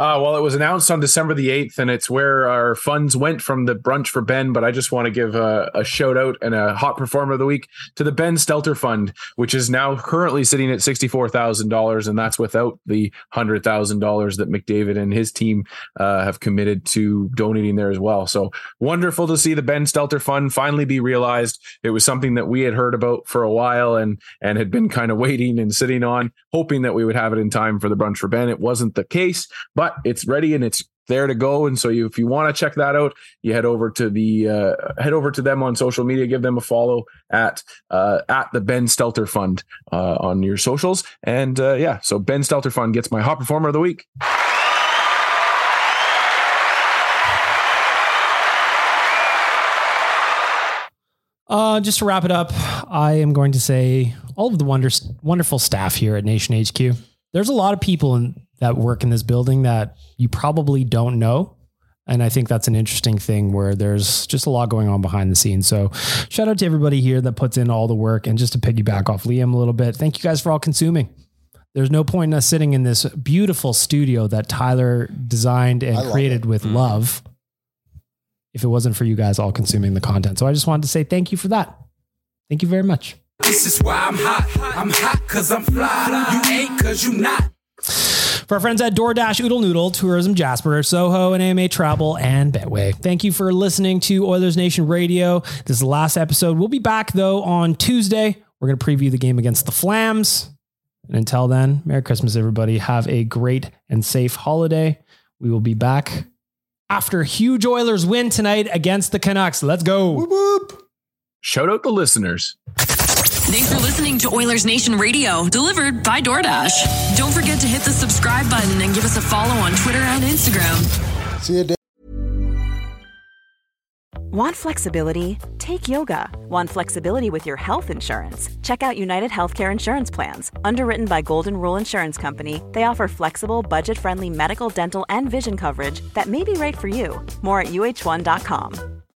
Uh, well, it was announced on December the 8th, and it's where our funds went from the brunch for Ben. But I just want to give a, a shout out and a hot performer of the week to the Ben Stelter Fund, which is now currently sitting at $64,000. And that's without the $100,000 that McDavid and his team uh, have committed to donating there as well. So wonderful to see the Ben Stelter Fund finally be realized. It was something that we had heard about for a while and, and had been kind of waiting and sitting on, hoping that we would have it in time for the brunch for Ben. It wasn't the case but it's ready and it's there to go. And so you, if you want to check that out, you head over to the uh, head over to them on social media, give them a follow at uh, at the Ben Stelter Fund uh, on your socials. And uh, yeah, so Ben Stelter Fund gets my hot performer of the week. Uh, just to wrap it up, I am going to say all of the wonder, wonderful staff here at Nation HQ. There's a lot of people in, that work in this building that you probably don't know. And I think that's an interesting thing where there's just a lot going on behind the scenes. So, shout out to everybody here that puts in all the work. And just to piggyback off Liam a little bit, thank you guys for all consuming. There's no point in us sitting in this beautiful studio that Tyler designed and I love Mm. created with love if it wasn't for you guys all consuming the content. So, I just wanted to say thank you for that. Thank you very much. This is why I'm hot. I'm hot cause I'm fly. You ain't cause you not. For our friends at DoorDash, Oodle Noodle, Tourism Jasper, Soho, and AMA Travel, and Betway. Thank you for listening to Oilers Nation Radio. This is the last episode. We'll be back, though, on Tuesday. We're going to preview the game against the Flams. And until then, Merry Christmas, everybody. Have a great and safe holiday. We will be back after a huge Oilers win tonight against the Canucks. Let's go. Shout out the listeners. Thanks for listening to Oilers Nation Radio, delivered by DoorDash. Don't forget to hit the subscribe button and give us a follow on Twitter and Instagram. See you, Dan. Want flexibility? Take yoga. Want flexibility with your health insurance? Check out United Healthcare Insurance Plans. Underwritten by Golden Rule Insurance Company, they offer flexible, budget friendly medical, dental, and vision coverage that may be right for you. More at uh1.com.